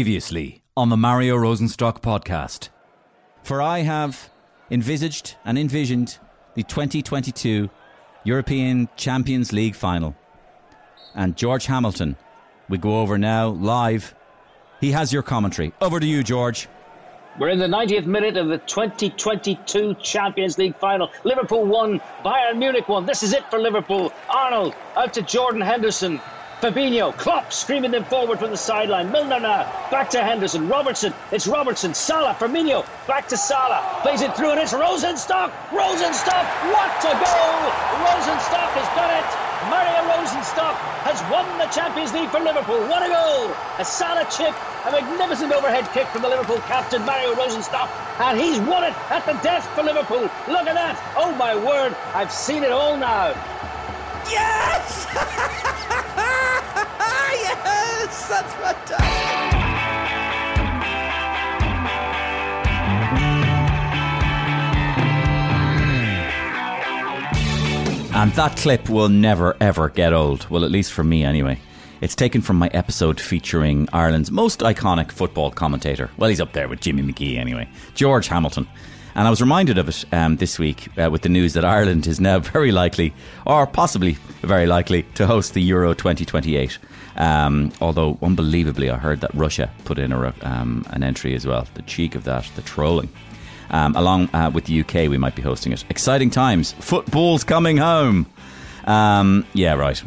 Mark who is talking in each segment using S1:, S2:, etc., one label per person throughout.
S1: Previously on the Mario Rosenstock podcast. For I have envisaged and envisioned the 2022 European Champions League final. And George Hamilton, we go over now live. He has your commentary. Over to you, George.
S2: We're in the 90th minute of the 2022 Champions League final. Liverpool won, Bayern Munich won. This is it for Liverpool. Arnold out to Jordan Henderson. Fabinho, Klopp screaming them forward from the sideline. Milner now back to Henderson. Robertson, it's Robertson. Salah, Firmino back to Salah. Plays it through and it's Rosenstock. Rosenstock, what a goal! Rosenstock has done it. Mario Rosenstock has won the Champions League for Liverpool. What a goal! A Salah chip, a magnificent overhead kick from the Liverpool captain Mario Rosenstock, and he's won it at the death for Liverpool. Look at that! Oh my word! I've seen it all now.
S3: Yes! yes! That's fantastic!
S1: And that clip will never, ever get old. Well, at least for me, anyway. It's taken from my episode featuring Ireland's most iconic football commentator. Well, he's up there with Jimmy McGee, anyway, George Hamilton. And I was reminded of it um, this week uh, with the news that Ireland is now very likely, or possibly very likely, to host the Euro 2028. Um, although, unbelievably, I heard that Russia put in a, re- um, an entry as well. The cheek of that, the trolling. Um, along uh, with the UK, we might be hosting it. Exciting times. Football's coming home. Um, yeah, right.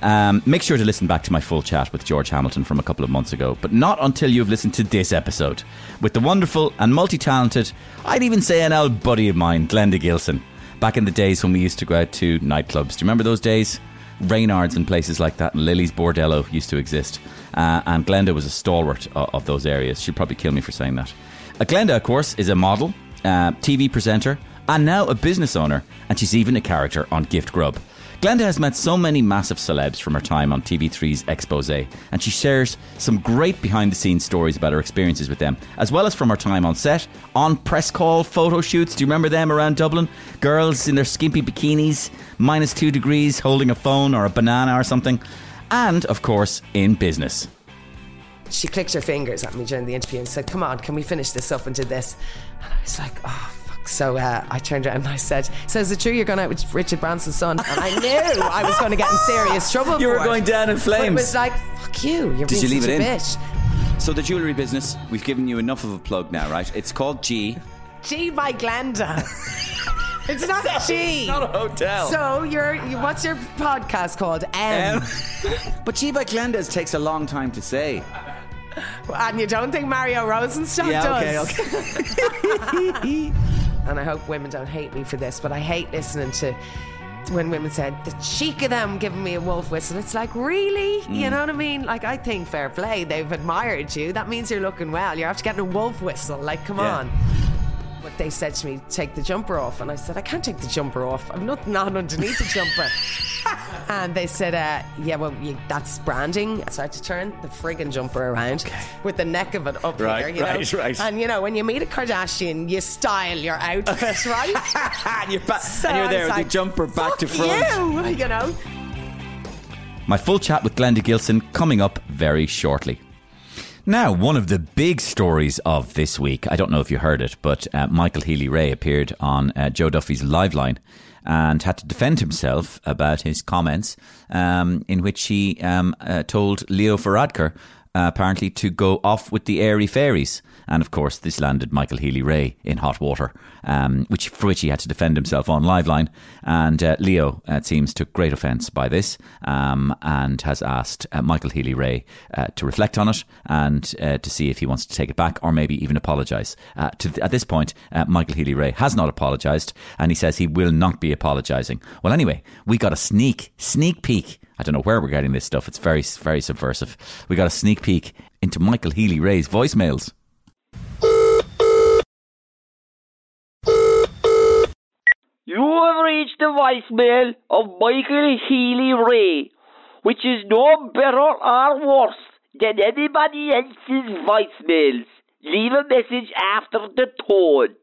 S1: Um, make sure to listen back to my full chat with George Hamilton from a couple of months ago, but not until you've listened to this episode with the wonderful and multi talented, I'd even say an old buddy of mine, Glenda Gilson, back in the days when we used to go out to nightclubs. Do you remember those days? Reynards and places like that, and Lily's Bordello used to exist. Uh, and Glenda was a stalwart of, of those areas. She'd probably kill me for saying that. Uh, Glenda, of course, is a model, uh, TV presenter, and now a business owner, and she's even a character on Gift Grub. Glenda has met so many massive celebs from her time on TV3's expose, and she shares some great behind the scenes stories about her experiences with them, as well as from her time on set, on press call photo shoots. Do you remember them around Dublin? Girls in their skimpy bikinis, minus two degrees, holding a phone or a banana or something. And, of course, in business.
S3: She clicked her fingers at me during the interview and said, Come on, can we finish this up and do this? And I was like, Oh, fuck. So uh, I turned around and I said, So is it true you're going out with Richard Branson's son? And I knew I was going to get in serious trouble.
S1: You were
S3: for it.
S1: going down in
S3: But it
S1: flames.
S3: was like, Fuck you. You're
S1: Did
S3: being
S1: you leave
S3: such
S1: it
S3: a
S1: in?
S3: bitch.
S1: So, the jewellery business, we've given you enough of a plug now, right? It's called G.
S3: G by Glenda. it's not G.
S1: a hotel.
S3: so you're, you, what's your podcast called? M.
S1: but G by Glenda's takes a long time to say.
S3: And you don't think Mario Rosenstock
S1: Yeah, okay,
S3: does? and I hope women don't hate me for this, but I hate listening to when women said the cheek of them giving me a wolf whistle. It's like, really? You know what I mean? Like, I think fair play. They've admired you. That means you're looking well. You're after getting a wolf whistle. Like, come
S1: Yeah.
S3: on. But they said to me, take the jumper off. And I said, I can't take the jumper off. I'm not not underneath the jumper. and they said, uh, yeah, well, you, that's branding. So I had to turn the friggin' jumper around with the neck of it up
S1: Right,
S3: here, you know?
S1: right, right.
S3: And you know, when you meet a Kardashian, you style your outfit, right?
S1: and you're, ba-
S3: So
S1: and you're
S3: I
S1: there
S3: was
S1: with
S3: like,
S1: your jumper back
S3: "Fuck
S1: to front.
S3: You, you know.
S1: My full chat with Glenda Gilson coming up very shortly. Now, one of the big stories of this week, I don't know if you heard it, but uh, Michael Healy Ray appeared on uh, Joe Duffy's Liveline and had to defend himself about his comments, um, in which he um, uh, told Leo Varadkar uh, apparently to go off with the airy fairies. And of course, this landed Michael Healy Ray in hot water, um, which for which he had to defend himself on Liveline. And uh, Leo, uh, it seems, took great offence by this um, and has asked uh, Michael Healy Ray uh, to reflect on it and uh, to see if he wants to take it back or maybe even apologise. Uh, to th- at this point, uh, Michael Healy Ray has not apologised and he says he will not be apologising. Well, anyway, we got a sneak, sneak peek. I don't know where we're getting this stuff. It's very, very subversive. We got a sneak peek into Michael Healy Ray's voicemails.
S4: You have reached the voicemail of Michael Healy Ray, which is no better or worse than anybody else's voicemails. Leave a message after the tone.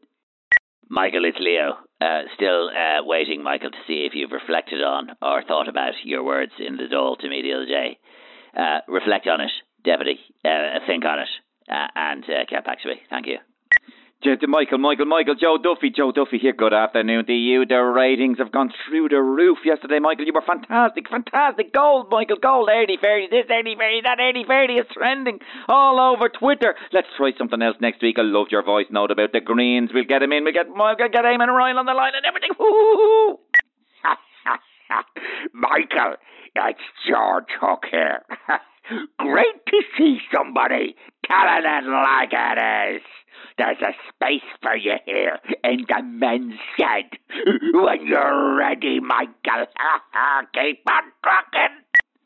S4: Michael, it's Leo. Uh, still uh, waiting, Michael, to see if you've reflected on or thought about your words in the doll to me the other day. Uh, reflect on it, Deputy. Uh, think on it. uh, and uh, get back to me. Thank you. J- to Michael, Michael, Michael, Joe Duffy, Joe Duffy here. Good afternoon to you. The ratings have gone through the roof yesterday, Michael. You were fantastic, fantastic. Gold, Michael, gold. Early fairy, this early fairy, that early fairy is trending all over Twitter. Let's try something else next week. I loved your voice note about the Greens. We'll get him in. We'll get Michael, get Eamon Ryan on the line and everything. Woo!
S5: Michael, it's George Hook here. Great to see somebody telling it like it is. There's a space for you here in the men's shed. When you're ready, Michael, keep on trucking.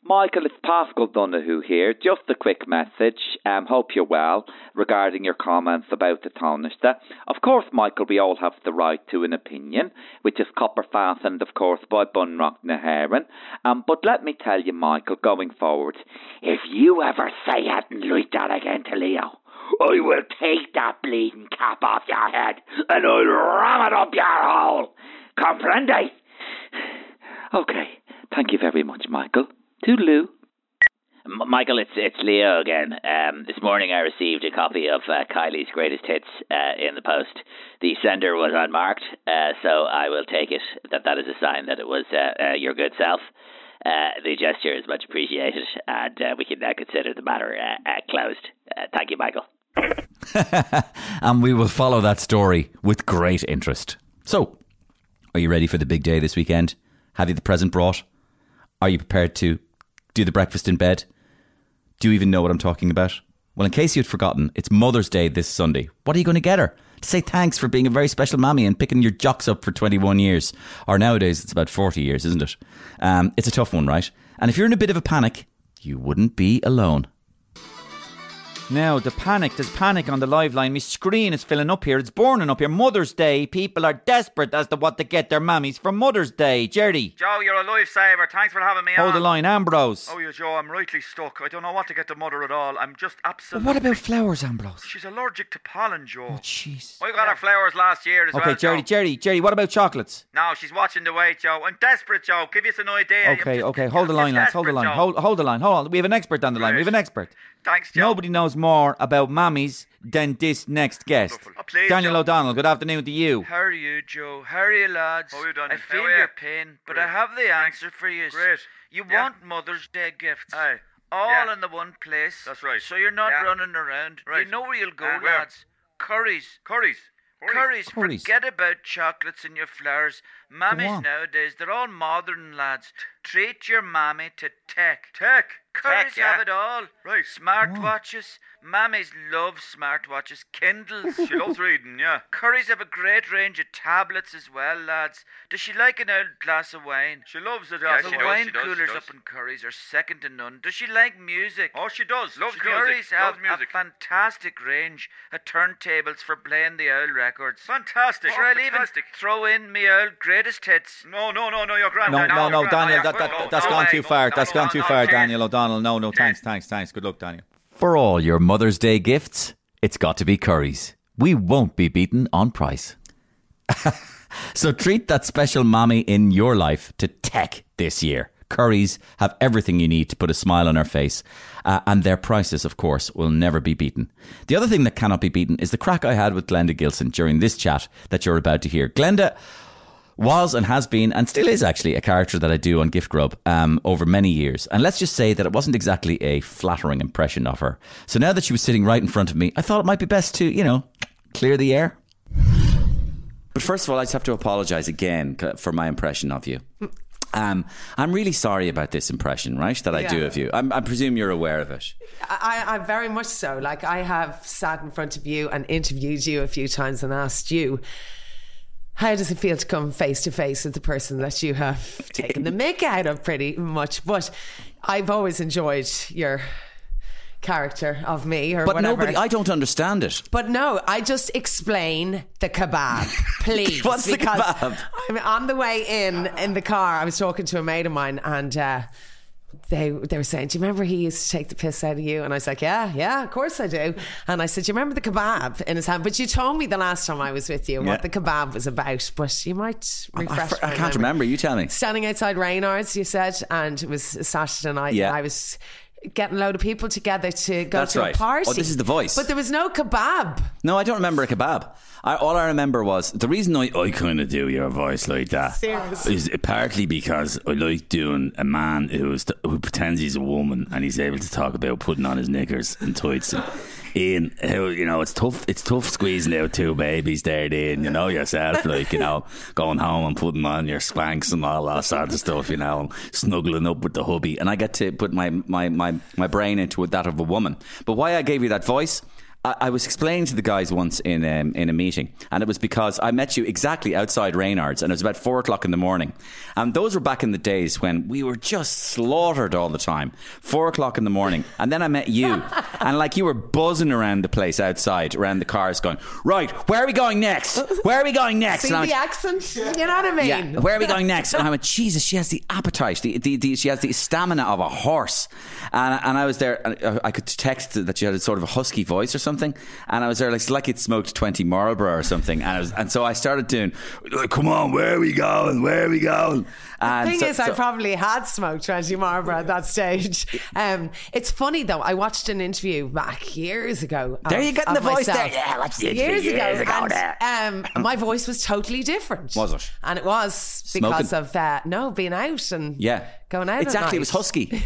S4: Michael, it's Pascal Donahue here. Just a quick message. Um, hope you're well regarding your comments about the Taunushta. Of course, Michael, we all have the right to an opinion, which is copper fastened, of course, by Bunrock Naharan. Um, but let me tell you, Michael, going forward,
S5: If you ever say anything like that again to Leo, I will take that bleeding cap off your head and I'll ram it up your hole. Comprende?
S4: Okay. Thank you very much, Michael. Toodaloo.
S5: M- Michael, it's it's Leo again. Um, this morning I received a copy of uh, Kylie's greatest hits uh, in the post. The sender was unmarked, uh, so I will take it that that is a sign that it was uh, uh, your good self. Uh, the gesture is much appreciated, and uh, we can now consider the matter uh, uh, closed. Uh, thank you, Michael.
S1: and Um, we will follow that story with great interest. So, are you ready for the big day this weekend? Have you the present brought? Are you prepared to do the breakfast in bed? Do you even know what I'm talking about? Well, in case you'd forgotten, it's Mother's Day this Sunday. What are you going to get her? To say thanks for being a very special mammy and picking your jocks up for 21 years. Or nowadays, it's about 40 years, isn't it? Um, it's a tough one, right? And if you're in a bit of a panic, you wouldn't be alone.
S6: Now, the panic, there's panic on the live line. My screen is filling up here. It's burning up here. Mother's Day. People are desperate as to what to get their mammies for Mother's Day. Jerry,
S7: Joe, you're a lifesaver. Thanks for having me
S6: hold the
S7: on.
S6: line. Ambrose.
S7: Oh, you Joe, I'm rightly stuck. I don't know what to get the mother at all. I'm just absolutely.
S6: what about flowers, Ambrose? Oh,
S7: She's allergic to pollen, Joe.
S6: Jeez.
S7: I got her flowers last year as well.
S6: Okay, Jerry,
S7: Joe.
S6: Jerry, Jerry, what about chocolates?
S7: No, she's watching the weight, Joe. I'm desperate, Joe. Give us an idea. I'm
S6: Okay,
S7: just-
S6: okay, hold the
S7: I'm
S6: line,
S7: just
S6: lads. Hold the
S7: desperate,
S6: line.
S7: Joe.
S6: Hold, hold the line. Hold on. We have an expert on the line. We have an expert.
S7: Thanks, Joe.
S6: Nobody knows more about mammies than this next guest.
S7: Oh, please,
S6: Daniel
S7: Joe.
S6: O'Donnell, good afternoon to you.
S8: How are you, Joe? How are you, lads?
S7: How are you, Donny?
S8: I
S7: How
S8: feel
S7: are you?
S8: your pain, but I
S7: Oh, Great.
S8: have the answer for you.
S7: Great.
S8: You
S7: Yeah.
S8: want Mother's Day gifts.
S7: Aye.
S8: All
S7: Yeah.
S8: in the one place.
S7: That's right.
S8: So you're not
S7: Yeah.
S8: running around.
S7: Right.
S8: You know where you'll go,
S7: And where?
S8: lads. Curries.
S7: Curries.
S8: Curries.
S6: Curries.
S8: Forget about chocolates and your flowers.
S6: on.
S8: Mammies nowadays, they're all modern, lads. Treat your mammy to tech.
S7: Tech.
S8: Curries
S7: Tech, yeah.
S8: have it all.
S7: Right. Oh.
S8: Smartwatches. Mammies love smartwatches. Kindles.
S7: She loves reading, yeah.
S8: Curry's have a great range of tablets as well, lads. Does she like an old glass of wine?
S7: She loves it,
S8: the wine coolers up in Curry's are second to none. Does she like music?
S7: Oh, she does. Loves
S8: Curry's
S7: music.
S8: have
S7: Loves music.
S8: a fantastic range of turntables for playing the old records.
S7: Fantastic. Oh,
S8: Sure, I'll even
S7: fantastic.
S8: throw in me old greatest hits.
S7: No, no, no, no, you're grand.
S6: No, no, no,
S7: you're grand.
S6: Daniel, that,
S7: Oh, yeah,
S6: that,
S7: good.
S6: that's
S7: No,
S6: gone
S7: no,
S6: too
S7: no,
S6: far.
S7: no,
S6: That's
S7: no,
S6: gone too
S7: no,
S6: far,
S7: cheers.
S6: Daniel O'Donnell. No, no, thanks, thanks, thanks. Good luck, Daniel.
S1: For all your Mother's Day gifts, it's got to be Curry's. We won't be beaten on price. so treat that special mommy in your life to tech this year. Curry's have everything you need to put a smile on her face, uh, and their prices, of course, will never be beaten. The other thing that cannot be beaten is the crack I had with Glenda Gilson during this chat that you're about to hear. Glenda was and has been and still is actually a character that I do on Gift Grub um, over many years. And let's just say that it wasn't exactly a flattering impression of her. So now that she was sitting right in front of me, I thought it might be best to, you know, clear the air. But first of all, I just have to apologize again c- for my impression of you. Um, I'm really sorry about this impression, right? That I
S3: Yeah.
S1: do of you. I'm, I presume you're aware of it.
S3: I, I very much so. Like I have sat in front of you and interviewed you a few times and asked you, how does it feel to come face to face with the person that you have taken the mick out of pretty much? But I've always enjoyed your character of me or
S1: But
S3: whatever.
S1: nobody, I don't understand it.
S3: But no, I just explain the kebab, please.
S1: What's the
S3: because
S1: kebab?
S3: I'm on the way in in the car. I was talking to a mate of mine, and uh, they they were saying, "Do you remember he used to take the piss out of you?" And I was like, "Yeah, yeah, of course I do." And I said, "Do you remember the kebab in his hand?" But you told me the last time I was with you what
S1: Yeah.
S3: the kebab was about. But you might
S1: I,
S3: refresh.
S1: fr-
S3: my
S1: I can't
S3: memory
S1: remember. You tell me.
S3: standing outside Reynard's, you said, and it was Saturday night.
S1: Yeah.
S3: I was getting a load of people together to go
S1: That's
S3: to
S1: right.
S3: a party.
S1: Oh, this is The Voice.
S3: But there was no kebab.
S1: No, I don't remember a kebab. I, all I remember was the reason I, I kind of do your voice like that
S3: Serious.
S1: is partly because I like doing a man who's who pretends he's a woman and he's able to talk about putting on his knickers and tights and in how you know it's tough it's tough squeezing out two babies there then you know yourself like you know going home and putting on your spanks and all that sort of stuff you know and snuggling up with the hubby and I get to put my my my, my brain into that of a woman but why I gave you that voice I, I was explaining to the guys once in um, in a meeting, and it was because I met you exactly outside Reynard's, and it was about four o'clock in the morning. And those were back in the days when we were just slaughtered all the time, four o'clock in the morning. And then I met you, and like you were buzzing around the place outside, around the cars, going, "Right, where are we going next? Where are we going next?"
S3: See
S1: And I went,
S3: the accent? You know what I mean?
S1: yeah. Where are we going next? And I went, Jesus, she has the appetite. The, the, the, she has the stamina of a horse. And, and I was there, and I- I could text that she had a sort of a husky voice or something. And I was there, like, it's like it smoked 20 Marlboro or something. And, I was, and so I started doing, like, come on, where are we going? Where are we going? And
S3: thing
S1: so-
S3: is, I
S1: so-
S3: probably had smoked Reggie Marlboro at that stage. Um, it's funny though. I watched an interview back years ago.
S1: There
S3: of-
S1: you get in
S3: of
S1: the voice there.
S3: myself.
S1: Yeah, I watched the interview
S3: years ago.
S1: years ago
S3: and, um, my voice was totally different.
S1: Was it?
S3: And it was because
S1: Smoking.
S3: of uh, no being out and
S1: yeah.
S3: going out. at
S1: Exactly. It was
S3: night.
S1: husky.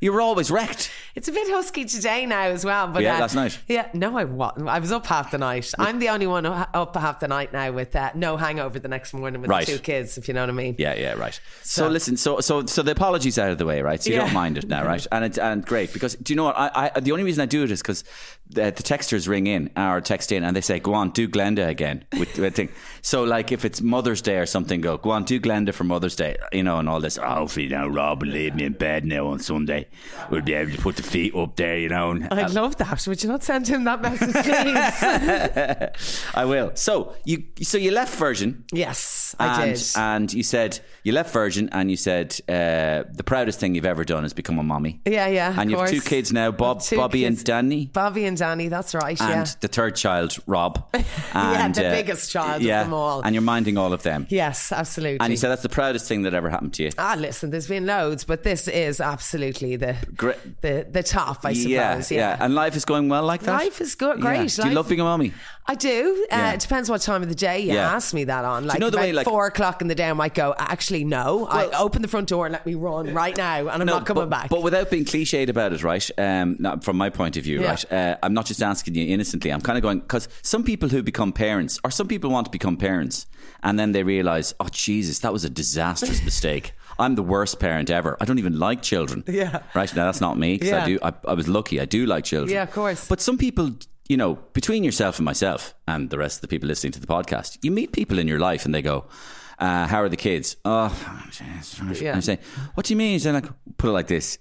S1: You were always wrecked.
S3: It's a bit husky today now as well. But
S1: Yeah,
S3: uh,
S1: last night.
S3: Yeah, no, I was. I was up half the night. I'm the only one up half the night now with uh, no hangover the next morning with
S1: Right.
S3: the two kids. If you know what I mean.
S1: Yeah, yeah, right. So,
S3: So-
S1: listen, so so so the apologies out of the way, right? So you
S3: Yeah.
S1: don't mind it now, right? And it's and great because do you know what? I, I the only reason I do it is because the, the texters ring in or text in and they say, "Go on, do Glenda again." With, with thing. So like if it's Mother's Day or something, go go on, do Glenda for Mother's Day, you know, and all this. Oh, hopefully now Rob will leave me in bed now on Sunday. We'll be able to put the feet up there, you know. And,
S3: I love that. Would you not send him that message, please?
S1: I will. So you so you left Virgin.
S3: yes, I
S1: and,
S3: did.
S1: and you said you left Virgin, and you said uh, the proudest thing you've ever done is become a mommy.
S3: yeah, yeah. of
S1: and you have two
S3: course.
S1: kids now, Bob,
S3: Two
S1: Bobby,
S3: kids.
S1: and Danny,
S3: Bobby and Danny. That's right. yeah.
S1: and the third child, Rob. And, uh,
S3: the biggest child of
S1: yeah,
S3: them all.
S1: And you're minding all of them.
S3: Yes, absolutely.
S1: And you said that's the proudest thing that ever happened to you.
S3: Ah, listen, there's been loads, but this is absolutely the
S1: Great.
S3: the the top, I suppose. Yeah,
S1: And life is going well like that.
S3: Life is go-
S1: Yeah.
S3: great.
S1: Do you
S3: Life-
S1: love being a mommy?
S3: I do.
S1: Yeah.
S3: Uh, it depends what time of the day you
S1: Yeah.
S3: ask me that on. Like,
S1: know the
S3: about
S1: way, like-
S3: four o'clock in the day, I might go. Actually, no. I open the front door and let me run right now, and I'm not coming
S1: but,
S3: back.
S1: But without being cliched about it, right? Um, not from my point of view,
S3: Yeah.
S1: right? Uh, I'm not just asking you innocently. I'm kind of going because some people who become parents, or some people want to become parents, and then they realize, oh Jesus, that was a disastrous mistake. I'm the worst parent ever. I don't even like children.
S3: Yeah.
S1: Right now, that's not me. 'cause I
S3: Yeah.
S1: do. I, I was lucky. I do like children.
S3: Yeah, of course.
S1: But some people. You know, between yourself and myself and the rest of the people listening to the podcast, you meet people in your life and they go, uh, How are the kids? Oh, jeez."
S3: Yeah.
S1: I'm saying, What do you mean? He's like, Put it like this.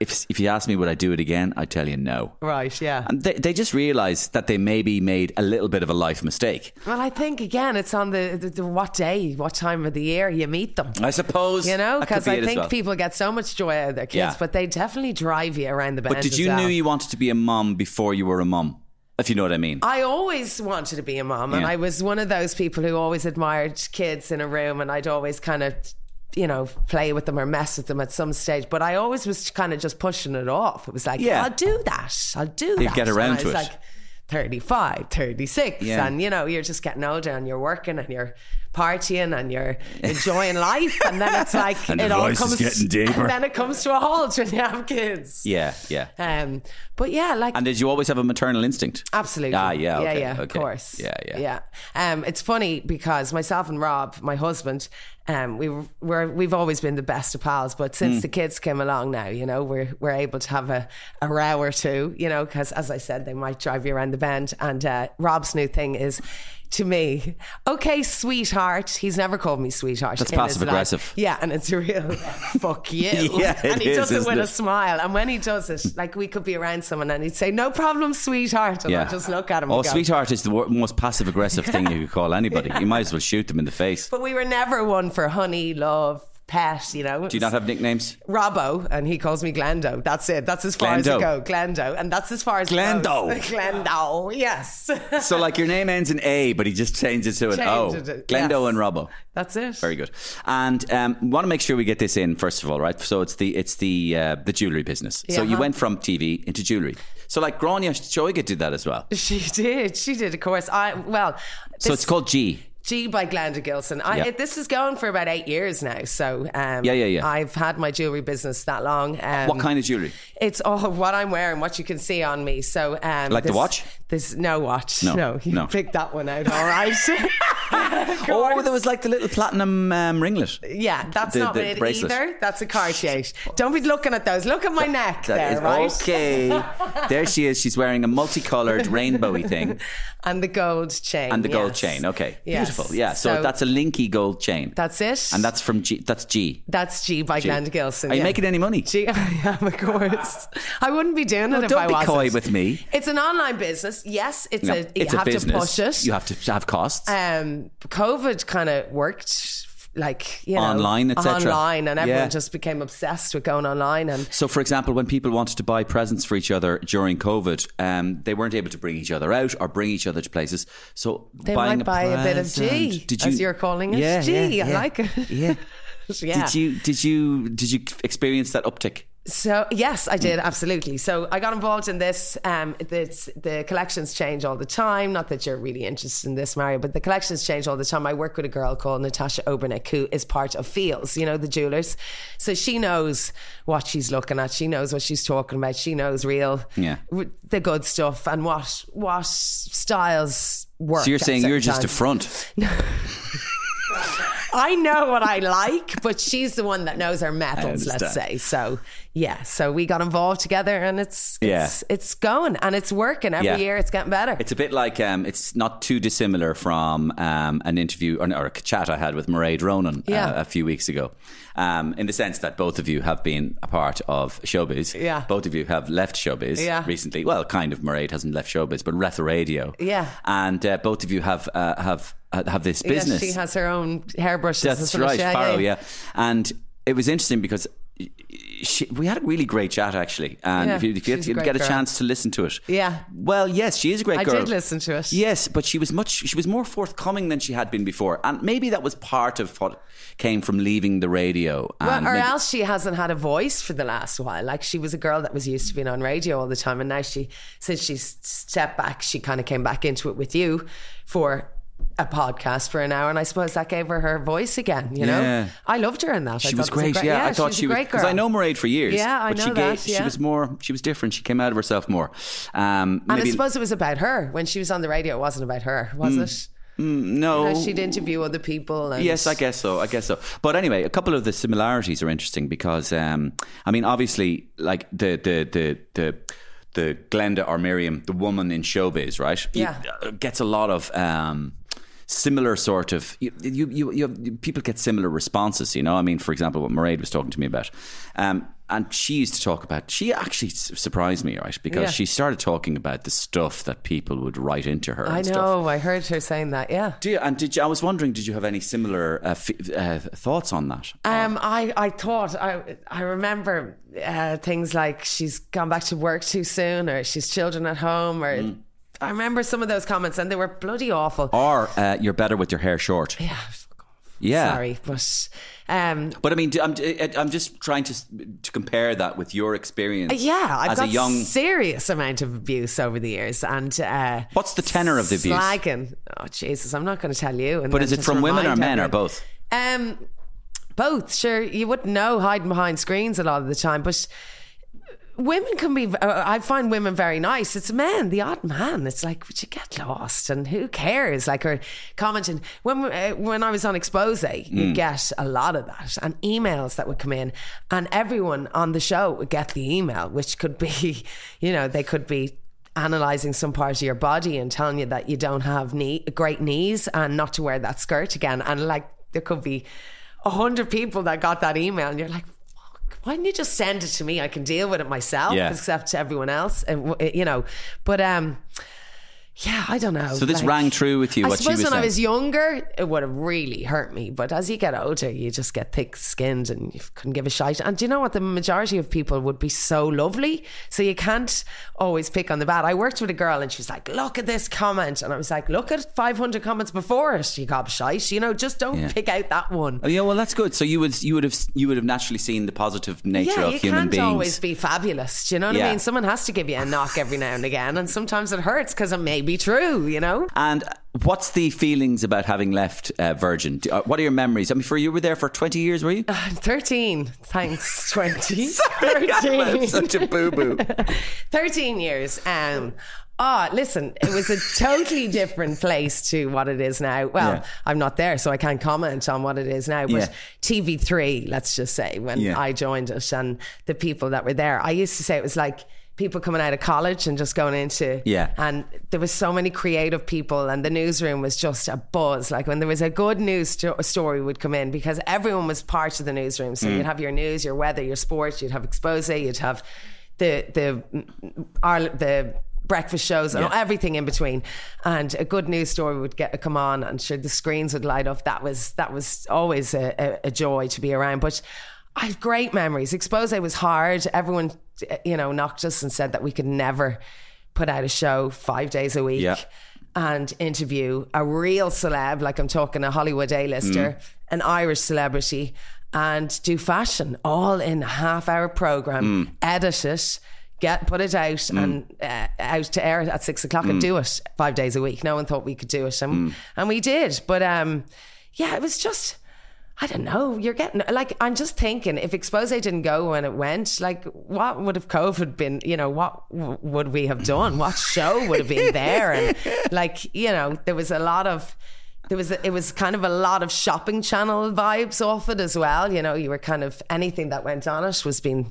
S1: If, if you ask me, would I do it again? I tell you no.
S3: right. Yeah.
S1: And they, they just realize that they maybe made a little bit of a life mistake.
S3: well, I think again, it's on the, the, the what day, what time of the year you meet them.
S1: I suppose.
S3: You know,
S1: that could
S3: because
S1: be
S3: I
S1: it as
S3: think
S1: well.
S3: people get so much joy out of their kids,
S1: Yeah.
S3: but they definitely drive you around the bend.
S1: But did
S3: as
S1: you
S3: well.
S1: knew you wanted to be a mum before you were a mum? If you know what I mean.
S3: I always wanted to be a mom, and
S1: Yeah.
S3: I was one of those people who always admired kids in a room, and I'd always kind of, you know, play with them or mess with them at some stage. But I always was kind of just pushing it off. It was like,
S1: Yeah.
S3: I'll do that. I'll do that.
S1: get
S3: and
S1: around
S3: I
S1: to
S3: was
S1: it.
S3: Like, 35, 36.
S1: Yeah.
S3: And, you know, you're just getting older and you're working and you're partying and you're enjoying life. And then it's like,
S1: And the
S3: it all
S1: voice
S3: comes
S1: is getting deeper.
S3: And then it comes to a halt when you have kids.
S1: yeah, yeah.
S3: Um, but yeah, like
S1: And did you always have a maternal instinct?
S3: Absolutely.
S1: Ah, yeah, okay,
S3: yeah, yeah. Of
S1: okay.
S3: course.
S1: Yeah, yeah.
S3: yeah. Um, it's funny because myself and Rob, my husband, um, we were- we're we've always been the best of pals. But
S1: Mm.
S3: since the kids came along, now you know we're we're able to have a, a row or two, you know, because as I said, they might drive you around the bend. And uh, Rob's new thing is. To me, okay, sweetheart. He's never called me sweetheart.
S1: That's
S3: in his
S1: passive
S3: life.
S1: aggressive.
S3: Yeah, and it's a real fuck you.
S1: Yeah, it
S3: and he
S1: is,
S3: does it
S1: isn't
S3: with
S1: it?
S3: a smile. And when he does it, like we could be around someone and he'd say, "No problem, sweetheart," and I'd just look at him.
S1: Oh,
S3: and go,
S1: sweetheart is the wor- most passive aggressive thing you could call anybody. You might as well shoot them in the face.
S3: But we were never one for honey, love, pet, you know.
S1: Do you not have nicknames?
S3: Robbo, and he calls me Glendo. That's it. That's as far as
S1: Glendo.
S3: I go. Glendo. And that's as far as it
S1: Glendo.
S3: goes. Glendo, yes.
S1: So, like, your name ends in A, but he just changed it to an O.
S3: Changed it,
S1: Glendo
S3: yes.
S1: and Robbo.
S3: that's it.
S1: Very good. And um, want to make sure we get this in first of all, right? So it's the it's the uh, the jewelry business. So you
S3: Yeah.
S1: went from TV into jewelry. So like Grania Shoiga did that as well.
S3: She did. She did, of course. I well, this
S1: So it's called G.
S3: G by Glenda Gilson. I,
S1: Yeah.
S3: it, this is going for about eight years now. So um,
S1: Yeah, yeah, yeah.
S3: I've had my jewelry business that long. Um,
S1: What kind of jewelry?
S3: It's all what I'm wearing, what you can see on me. So um,
S1: Like the
S3: this-
S1: watch?
S3: This no watch.
S1: No,
S3: No, you
S1: no.
S3: picked that one out. All right.
S1: Oh, there was like the little platinum um, ringlet.
S3: Yeah, that's
S1: The-
S3: not
S1: the
S3: it
S1: bracelet.
S3: either. That's a Cartier. Don't be looking at those. Look at my neck
S1: That
S3: there,
S1: is
S3: right?
S1: okay. There she is. She's wearing a multicolored rainbowy thing
S3: And the gold chain.
S1: and the gold
S3: yes.
S1: chain. Okay,
S3: Yes.
S1: beautiful. Yeah. So, that's a linky gold chain.
S3: that's it.
S1: and that's from G. That's G.
S3: That's G by
S1: G.
S3: Glenda Gilson.
S1: Are you
S3: yeah.
S1: making any money?
S3: G, I am, of course. I wouldn't be doing it if
S1: Don't
S3: I
S1: be
S3: wasn't.
S1: coy with me.
S3: It's an online business. Yes, it's
S1: No,
S3: a. You
S1: it's
S3: have
S1: a business.
S3: to push it.
S1: You have to have costs.
S3: um, COVID kind of worked. Like you know,
S1: Online, et cetera.
S3: online, and everyone
S1: Yeah.
S3: just became obsessed with going online. And
S1: So, for example, when people wanted to buy presents for each other during COVID, um, they weren't able to bring each other out or bring each other to places. So,
S3: They
S1: buying
S3: might buy a bit of
S1: present-
S3: G, as you're calling it.
S1: Yeah,
S3: G,
S1: yeah,
S3: I
S1: yeah,
S3: like it.
S1: Yeah.
S3: yeah,
S1: Did you did you did you experience that uptick?
S3: So yes, I did absolutely. So I got involved in this. Um, it's, the collections change all the time. Not that you're really interested in this, Mario, but the collections change all the time. I work with a girl called Natasha Obernick, who is part of Fields, you know, the jewelers. So she knows what she's looking at. She knows what she's talking about. She knows real,
S1: Yeah.
S3: r- the good stuff and what what styles work.
S1: So you're
S3: at
S1: saying you're
S3: certain
S1: just a
S3: times.
S1: front.
S3: I know what I like, but she's the one that knows her metals,
S1: I
S3: let's
S1: understand.
S3: say. So yeah, so we got involved together and it's
S1: Yeah.
S3: it's, it's going and it's working every
S1: Yeah.
S3: year it's getting better.
S1: It's a bit like um, it's not too dissimilar from um, an interview or, or a chat I had with Mairead Ronan
S3: Yeah.
S1: uh, a few weeks ago, um, in the sense that both of you have been a part of showbiz.
S3: Yeah.
S1: Both of you have left showbiz
S3: Yeah.
S1: recently. Well, kind of. Mairead hasn't left showbiz, but left the radio.
S3: Yeah.
S1: And uh, both of you have uh, have have this
S3: Yeah,
S1: business.
S3: she has her own hairbrushes. and
S1: That's
S3: stuff.
S1: right, Farrow. Yeah. and it was interesting because she, we had a really great chat actually, and
S3: Yeah,
S1: if you, if you
S3: she's
S1: get,
S3: a great
S1: a
S3: girl.
S1: chance to listen to it,
S3: Yeah.
S1: Well, yes, she is a great
S3: I
S1: girl.
S3: did listen to it.
S1: Yes, but she was much. She was more forthcoming than she had been before, and maybe that was part of what came from leaving the radio.
S3: Well,
S1: and
S3: or
S1: Um, maybe-
S3: else she hasn't had a voice for the last while. Like she was a girl that was used to being on radio all the time, and now she, since she s- stepped back, she kind of came back into it with you for a podcast for an hour, and I suppose that gave her her voice again. You know,
S1: Yeah.
S3: I loved her in that. I
S1: She was
S3: thought it a
S1: great. Yeah, I thought
S3: she's
S1: she
S3: a
S1: was
S3: great
S1: because
S3: girl.
S1: I know Mairead for years.
S3: Yeah, I
S1: but she
S3: know that,
S1: She
S3: yeah.
S1: was more. She was different. She came out of herself more. Um,
S3: And
S1: maybe- Hmm.
S3: I suppose it was about her when she was on the radio. It wasn't about her, was it?
S1: Mm, no,
S3: Because she'd interview other people. And
S1: Yes, I guess so. I guess so. But anyway, a couple of the similarities are interesting because, um, I mean, obviously, like the the the the. The Glenda or Miriam, the woman in showbiz, right? You-
S3: Yeah.
S1: uh, gets a lot of um, similar sort of you, you, you, you have, people get similar responses. You know, I mean, for example, what Mairead was talking to me about, um, and she used to talk about. She actually s- surprised me, right? Because
S3: Yeah.
S1: she started talking about the stuff that people would write into her.
S3: I
S1: and Stuff.
S3: know. I heard her saying that. Yeah.
S1: Do you, and did you, I was wondering, did you have any similar uh, f- uh, thoughts on that?
S3: Um, I, I thought I I remember uh, things like she's gone back to work too soon, or she's children at home, or
S1: Mm.
S3: I remember some of those comments, and they were bloody awful.
S1: Or uh, you're better with your hair short.
S3: Yeah, fuck off.
S1: Yeah.
S3: sorry, but um,
S1: But I mean, do- I'm, I- I'm just trying to s- to compare that with your experience.
S3: Uh, yeah, I've
S1: as
S3: got
S1: a young.
S3: serious amount of abuse over the years, and uh,
S1: What's the tenor of the abuse?
S3: Slagging. Oh Jesus, I'm not going to tell you. and
S1: But
S3: then
S1: is it
S3: just
S1: from women or
S3: remind
S1: men or
S3: everyone.
S1: both?
S3: Um, both. Sure, you wouldn't know hiding behind screens a lot of the time, but women can be. Uh, I find women very nice. It's men, the odd man. It's like, would you get lost? And who cares? Like her commenting when uh, when I was on Expose, you get a lot of that, and emails that would come in, and everyone on the show would get the email, which could be, you know, they could be analyzing some part of your body and telling you that you don't have knee, great knees and not to wear that skirt again. And like there could be a hundred people that got that email, and you're like, "Fuck, why didn't you just send it to me? I can deal with it myself,
S1: Yeah.
S3: except to everyone else, and w- you know." But um, Yeah, I don't know.
S1: So this
S3: like-
S1: rang true with you,
S3: I
S1: what she
S3: suppose
S1: was
S3: when I
S1: saying.
S3: was younger, it would have really hurt me. But as you get older, you just get thick-skinned and you couldn't give a shite. And do you know what? The majority of people would be so lovely, so you can't always pick on the bad. I worked with a girl, and she was like, "Look at this comment," and I was like, "Look at 500 comments before it. You gobshite. You know, just don't
S1: Yeah.
S3: pick out that one."
S1: Oh, yeah, well, that's good. So you would you would have you would have naturally seen the positive nature
S3: Yeah,
S1: of
S3: you
S1: human
S3: can't
S1: beings.
S3: always be fabulous. Do you know what
S1: Yeah.
S3: I mean? Someone has to give you a knock every now and again, and sometimes it hurts because it may be true. You know.
S1: and what's the feelings about having left uh, Virgin? Do, uh, what are your memories? I mean, for you were there for twenty years, were you?
S3: 13. Thanks, 20.
S1: That's
S3: 13.
S1: Such a boo boo.
S3: 13 years. Um, Ah, listen, it was a totally different place to what it is now. Well,
S1: Yeah.
S3: I'm not there, so I can't comment on what it is now. But
S1: Yeah.
S3: TV3, let's just say, when
S1: Yeah.
S3: I joined it and the people that were there, I used to say it was like people coming out of college and just going into
S1: Yeah.
S3: and there was so many creative people and the newsroom was just a buzz like when there was a good news sto- story would come in because everyone was part of the newsroom so you'd have your news your weather your sports you'd have expose you'd have the the our, the breakfast shows and
S1: Yeah.
S3: everything in between and a good news story would get come on and sure the screens would light up that was that was always a, a, a joy to be around but I have great memories expose was hard everyone you know knocked us and said that we could never put out a show five days a week
S1: Yeah.
S3: and interview a real celeb, like I'm talking a Hollywood A-lister, an Irish celebrity, and do fashion all in a half hour program, edit it. Get put it out and uh, out to air at six o'clock and do it five days a week. No one thought we could do it, and, and we did. But um, yeah, it was just I don't know. You're getting like I'm just thinking if expose didn't go when it went, like what would have COVID been? You know, what w- would we have done? What show would have been there? And like you know, there was a lot of there was a, it was kind of a lot of shopping channel vibes off it as well. You know, you were kind of anything that went on it was being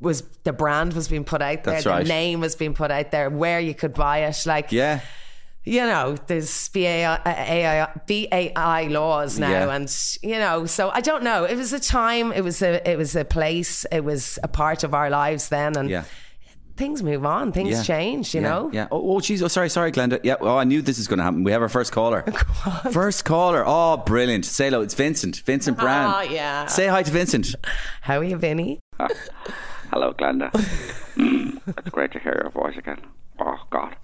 S3: was the brand was being put out there,
S1: That's
S3: the
S1: right.
S3: name was being put out there, where you could buy it, like
S1: Yeah.
S3: you know, there's BAI, BAI laws now,
S1: Yeah.
S3: and you know, so I don't know. It was a time, it was a, it was a place, it was a part of our lives then, and
S1: Yeah.
S3: things move on, things
S1: Yeah.
S3: change, you
S1: yeah,
S3: know.
S1: Yeah. Oh, oh, geez. Oh, sorry, sorry, Glenda. Yeah. Oh, I knew this was going to happen. We have our first caller. First caller. Oh, brilliant. Say hello. It's Vincent. Vincent Brown.
S3: Ah, yeah.
S1: Say hi to Vincent.
S3: How are you, Vinny?
S5: Hello, Glenda. Mm, it's great to hear your voice again. Oh God,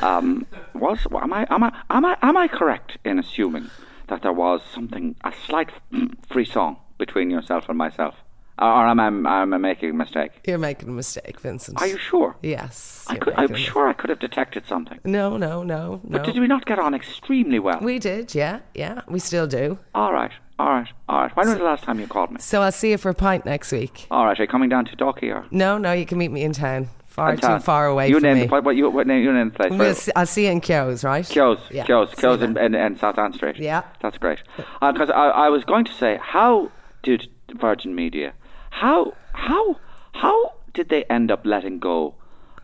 S5: um, was am I am I am I am I correct in assuming that there was something a slight mm, free song between yourself and myself, or am I am I making a mistake?
S3: You're making a mistake, Vincent.
S5: Are you sure?
S3: Yes.
S5: I
S3: you're
S5: could, I'm
S3: making a-
S5: sure I could have detected something.
S3: No, no, no, no.
S5: Did we not get on extremely well?
S3: we did, yeah, yeah. We still do.
S5: all right, all right, all right. When was the last time you called me?
S3: So I'll see you for a pint next week.
S5: All right, are you coming down to Docky or?
S3: No, no, you can meet me in town. Far
S5: Town?
S3: too far away
S5: You
S3: from
S5: name
S3: me.
S5: the place. What, you, what name, you name the place.
S3: We'll
S5: Where-
S3: see, I'll see you in Kyo's, right?
S5: Kyo's,
S3: Yeah,
S5: Kyo's,
S3: see
S5: Kyo's
S3: you
S5: in,
S3: then.
S5: in, in South Ann Street.
S3: Yeah.
S5: That's great. Because I, I was going to say, how did Virgin Media, how, how, how did they end up letting go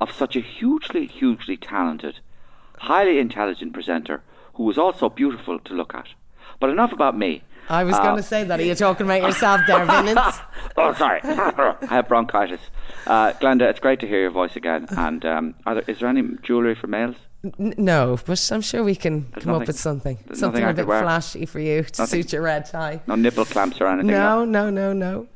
S5: of such a hugely, hugely talented, highly intelligent presenter who was also beautiful to look at? But enough about me. Uh,
S3: I was
S1: Oh.
S3: going to say that. Are you talking about yourself there, Vince?
S5: Oh, sorry. I have bronchitis. Uh, Glenda, it's great to hear your voice again. And um, are there, is there any jewellery for males?
S3: N- no, but I'm sure we can come
S5: nothing-
S3: up with something.
S5: there's
S3: Something
S5: nothing I
S3: a
S5: could
S3: bit
S5: wear.
S3: flashy for you to suit your red tie.
S5: No nipple clamps or anything?
S3: No, no, no, no.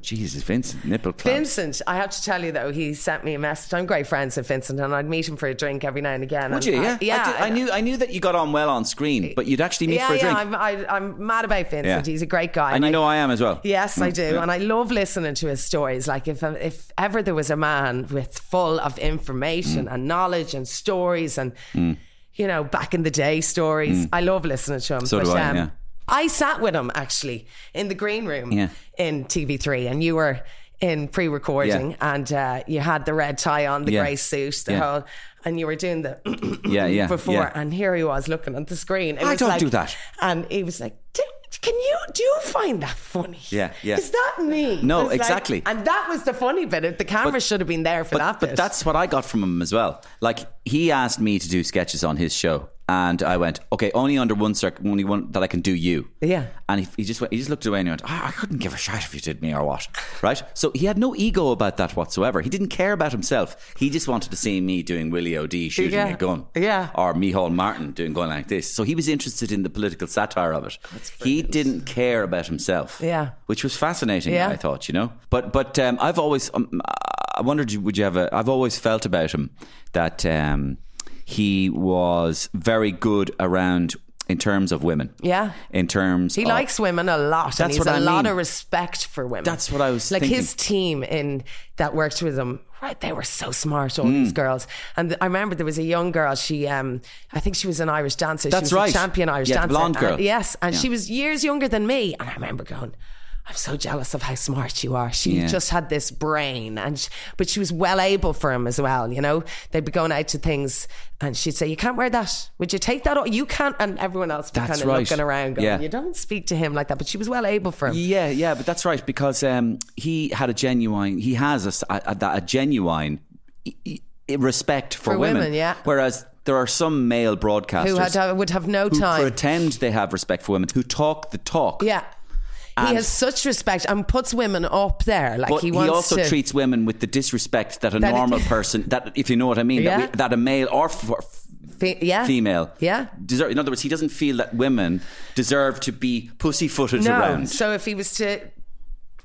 S1: Jesus, Vincent. Nipple clamps.
S3: Vincent, I have to tell you though, he sent me a message. I'm great friends with Vincent, and I'd meet him for a drink every now and again.
S1: Would
S3: and
S1: you?
S3: I-
S1: Yeah.
S3: yeah.
S1: I, did- I knew. I knew that you got on well on screen, but you'd actually meet
S3: yeah,
S1: for a
S3: yeah.
S1: drink.
S3: I'm, I, I'm mad about Vincent.
S1: Yeah.
S3: He's a great guy.
S1: and you
S3: I-
S1: know I am as well.
S3: Yes, I do,
S1: yeah.
S3: and I love listening to his stories. Like if if ever there was a man with full of
S1: Mm.
S3: information and knowledge and stories and you know back in the day stories, I love listening to him.
S1: Mm. So do I, yeah.
S3: I sat with him actually in the green room
S1: Yeah.
S3: in TV3, and you were in pre-recording, and uh, you had the red tie on, the
S1: Yeah.
S3: grey suit, the
S1: Yeah.
S3: whole, and you were doing the
S1: Yeah, yeah.
S3: before,
S1: yeah.
S3: and here he was looking at the screen. It
S1: I
S3: was
S1: don't
S3: like-
S1: do that.
S3: And he was like, "Do- "Can you do you find that funny?
S1: Yeah, yeah.
S3: Is that me?
S1: No,
S3: It was like-
S1: exactly.
S3: and that was the funny bit. It- The camera should have been there for that
S1: but
S3: bit.
S1: that's what I got from him as well. Like he asked me to do sketches on his show, And I went, okay, only under one circ, only one that I can do you.
S3: Yeah.
S1: And he, he just went, he just looked away and he went, I, I couldn't give a shit if you did me or what, right? So he had no ego about that whatsoever. He didn't care about himself. He just wanted to see me doing Willie O'D shooting
S3: Yeah.
S1: a gun,
S3: Yeah.
S1: or Michal Martin doing going like this. So he was interested in the political satire of it. He didn't care about himself,
S3: Yeah.
S1: which was fascinating.
S3: Yeah.
S1: I thought, you know, but but um, I've always um, I wondered would you have a I've always felt about him that um, he was very good around in terms of women.
S3: Yeah.
S1: in terms
S3: He
S1: of-
S3: likes women a lot. and
S1: That's
S3: he's
S1: what
S3: a
S1: I
S3: lot
S1: mean.
S3: of respect for women.
S1: That's what I was
S3: like.
S1: thinking.
S3: His team in that worked with him. Right, they were so smart, all these
S1: Mm.
S3: girls. And th- I remember there was a young girl. She, um, I think she was an Irish dancer.
S1: That's
S3: she was
S1: right.
S3: a champion Irish
S1: Yeah,
S3: dancer.
S1: the blonde girl.
S3: And- yes, and
S1: Yeah.
S3: she was years younger than me. And I remember going. I'm so jealous of how smart you are. She
S1: Yeah.
S3: just had this brain, and sh but she was well able for him as well. You know, they'd be going out to things, and she'd say, "You can't wear that. Would you take that? off? You can't." And everyone else be
S1: That's
S3: kind of
S1: right.
S3: looking around, going,
S1: Yeah.
S3: "You don't speak to him like that." But she was well able for him.
S1: Yeah, yeah, but that's right because um, he had a genuine. He has a s- a, a- a genuine i- i- respect for,
S3: For women, yeah.
S1: Whereas there are some male broadcasters
S3: who had would have no
S1: who
S3: time.
S1: pretend they have respect for women, who talk the talk.
S3: yeah, he has such respect and puts women up there. Like
S1: But
S3: he
S1: he,
S3: wants
S1: also
S3: to.
S1: treats women with the disrespect that a
S3: That-
S1: normal person, that if you know what I mean,
S3: Yeah.
S1: that, we, that a male or f- or f-
S3: fe- yeah,
S1: female,
S3: Yeah.
S1: deserve. In other words, he doesn't feel that women deserve to be pussyfooted
S3: No,
S1: around.
S3: so if he was to.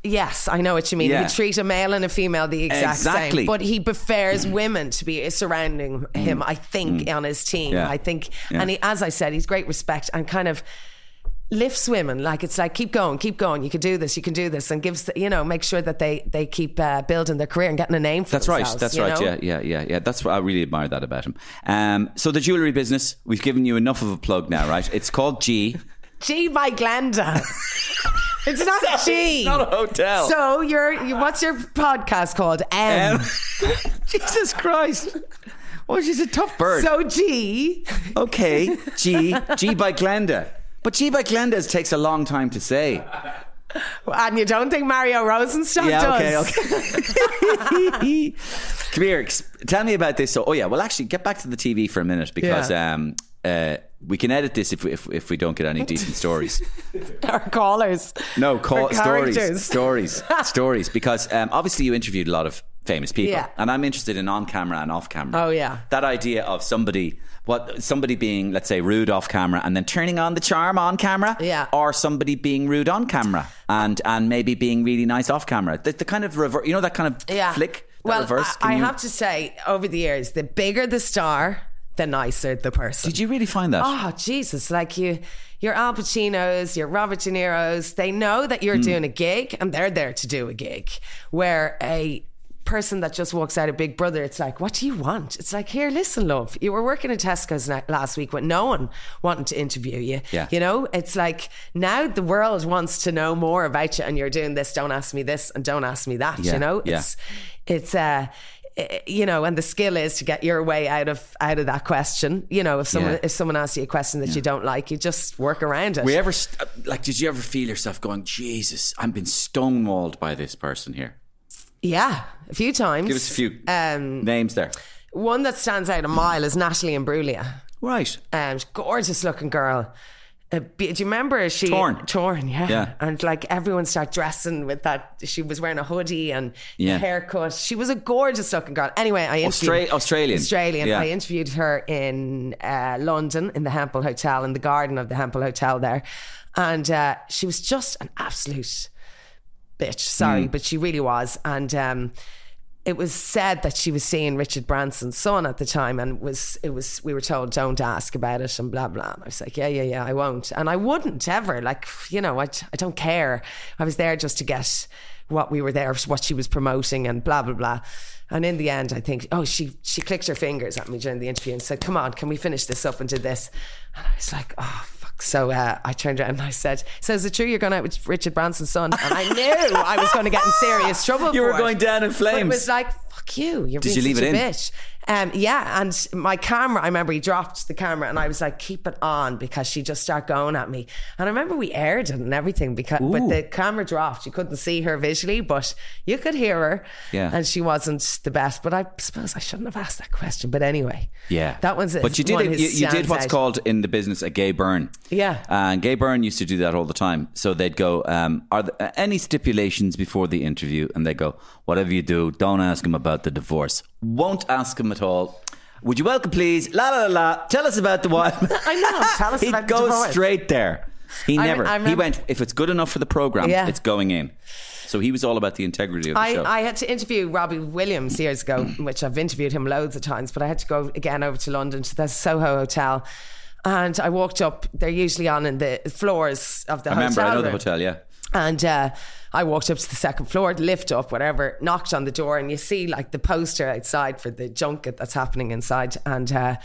S3: Yes, I know what you mean.
S1: Yeah.
S3: He'd treat a male and a female the exact
S1: Exactly.
S3: same, but he prefers women to be surrounding him. I think on his team,
S1: Mm. Yeah.
S3: I think,
S1: Yeah.
S3: and he, as I said, he's great respect and kind of lifts women. Like it's like keep going, keep going. You can do this, you can do this, and gives you know make sure that they they keep uh, building their career and getting a name for
S1: That's right.
S3: themselves,
S1: That's
S3: you
S1: right.
S3: know?
S1: Yeah, yeah, yeah, yeah. That's what I really admire that about him. Um, so the jewelry business, we've given you enough of a plug now, right? It's called G.
S3: G by Glenda. it's not G.
S1: not a hotel.
S3: So your you- what's your podcast called? M.
S1: Um, Jesus Christ! Well, she's a tough bird.
S3: So G.
S1: okay, G G by Glenda, but G by Glenda takes a long time to say.
S3: And you don't think Mario Rosenstock
S1: yeah,
S3: does?
S1: okay, okay. Come here, ex- tell me about this. So, oh yeah, well, actually, get back to the TV for a minute because
S3: Yeah.
S1: um, uh, we can edit this if we, if, if we don't get any decent stories.
S3: Our callers.
S1: No,
S3: For
S1: call, stories,
S3: characters.
S1: stories, stories. Because um, obviously, you interviewed a lot of famous people,
S3: Yeah.
S1: and I'm interested in on camera and off camera.
S3: Oh, yeah.
S1: that idea of somebody, what somebody being, let's say, rude off camera, and then turning on the charm on camera,
S3: Yeah.
S1: or somebody being rude on camera, and and maybe being really nice off camera. The, the kind of reverse, you know, that kind of
S3: Yeah.
S1: flick. that
S3: well,
S1: reverse. Can
S3: I, I
S1: you-
S3: have to say, over the years, the bigger the star, the nicer the person.
S1: Did you really find that?
S3: oh Jesus, like you, your Al Pacinos, your Robert De Niro's, they know that
S1: Hmm.
S3: you're doing a gig and they're there to do a gig. Where a person that just walks out of Big Brother, it's like, what do you want? It's like, here, listen, love, you were working at Tesco's na- last week with no one wanting to interview you.
S1: Yeah.
S3: You know, it's like now the world wants to know more about you and you're doing this, don't ask me this and don't ask me that,
S1: Yeah,
S3: you know?
S1: yeah.
S3: It's, it's, uh, i- you know, and the skill is to get your way out of out of that question. You know, if someone
S1: Yeah.
S3: if someone asks you a question that you don't like, you just work around it.
S1: Were you ever st- uh, like? Did you ever feel yourself going, Jesus, I've been stonewalled by this person here?
S3: yeah, a few times. Um,
S1: Give us a few names there.
S3: One that stands out a mile is Natalie Imbruglia.
S1: Right.
S3: Um, gorgeous looking girl. Uh, be- do you remember she
S1: Torn.
S3: Torn, yeah.
S1: Yeah.
S3: And like everyone started dressing with that. She was wearing a hoodie and
S1: Yeah.
S3: haircut. She was a gorgeous looking girl. Anyway, I interviewed
S1: Austra- Australian.
S3: Australian.
S1: Yeah.
S3: I interviewed her in uh, London in the Hempel Hotel in the garden of the Hempel Hotel there, and uh, she was just an absolute bitch. Sorry, but she really was. And um, it was said that she was seeing Richard Branson's son at the time, and was it was we were told don't ask about it and blah blah. And I was like, yeah, yeah, yeah, I won't, and I wouldn't ever. Like you know, I I don't care. I was there just to get what we were there, what she was promoting, and blah blah blah. And in the end, I think, oh, she she clicked her fingers at me during the interview and said, "Come on, can we finish this up and do this?" And I was like, oh fuck. So uh, I turned around and I said, "So is it true you're going out with Richard Branson's son?" And I knew I was going to get in serious trouble.
S1: You were
S3: for it.
S1: going down in
S3: But it
S1: flames.
S3: was like fuck you. You're
S1: Did
S3: being
S1: you leave
S3: such
S1: it
S3: a
S1: in?
S3: bitch. Um, yeah, and my camera, I remember he dropped the camera and I was like, keep it on because she just started going at me. And I remember we aired it and everything because but the camera dropped. You couldn't see her visually, but you could hear her.
S1: Yeah.
S3: And she wasn't the best. But I suppose I shouldn't have asked that question. But anyway.
S1: Yeah,
S3: That one's
S1: But you did
S3: one
S1: it,
S3: who
S1: you, you did
S3: stands
S1: what's
S3: out.
S1: called in the business a gay burn.
S3: Yeah.
S1: and Uh, gay burn used to do that all the time. So they'd go, um, "Are there uh, any stipulations before the interview?" And they go, "Whatever you do, don't ask him about the divorce. Won't ask him at all." Would you welcome, please? La la la. la. Tell us about the wife.
S3: I know. Tell us
S1: he
S3: about the
S1: goes
S3: divorce.
S1: straight there. He
S3: I-
S1: never.
S3: I
S1: he
S3: remember-
S1: went. If it's good enough for the program,
S3: Yeah.
S1: it's going in. So he was all about the integrity of the show.
S3: I, I had to interview Robbie Williams years ago, which I've interviewed him loads of times, but I had to go again over to London to the Soho Hotel. And I walked up, they're usually on in the floors of the
S1: I remember.
S3: hotel.
S1: I know the
S3: room.
S1: hotel. Yeah.
S3: And uh, I walked up to the second floor, lift up, whatever, knocked on the door, and you see like the poster outside for the junket that's happening inside. And uh,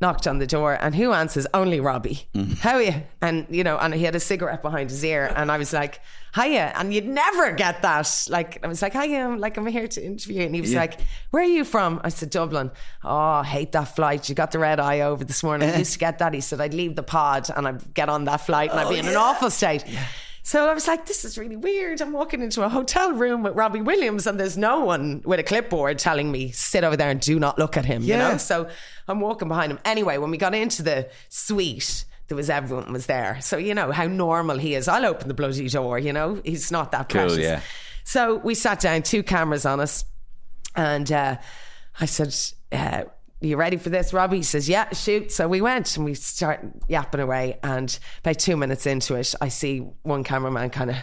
S3: knocked on the door, and who answers? Only Robbie. How are you? And you know, and he had a cigarette behind his ear, and I was like, "Hiya!" And you'd never get that. Like I was like, "Hiya!" I'm like I'm here to interview, you." and he was like, "Where are you from?" I said, "Dublin." Oh, I hate that flight. You got the red eye over this morning. I used to get that. He said, "I'd leave the pod and I'd get on that flight, and I'd be in an awful state." So I was like, this is really weird. I'm walking into a hotel room with Robbie Williams and there's no one with a clipboard telling me, sit over there and do not look at him, you know? So I'm walking behind him. Anyway, when we got into the suite, there was everyone was there. So you know how normal he is. I'll open the bloody door, you know? He's not that
S1: Cool,
S3: precious.
S1: yeah.
S3: So we sat down, two cameras on us, and uh, I said, uh, "You ready for this, Robbie?" He says, "Yeah, shoot." So we went and we start yapping away. And about two minutes into it, I see one cameraman kind of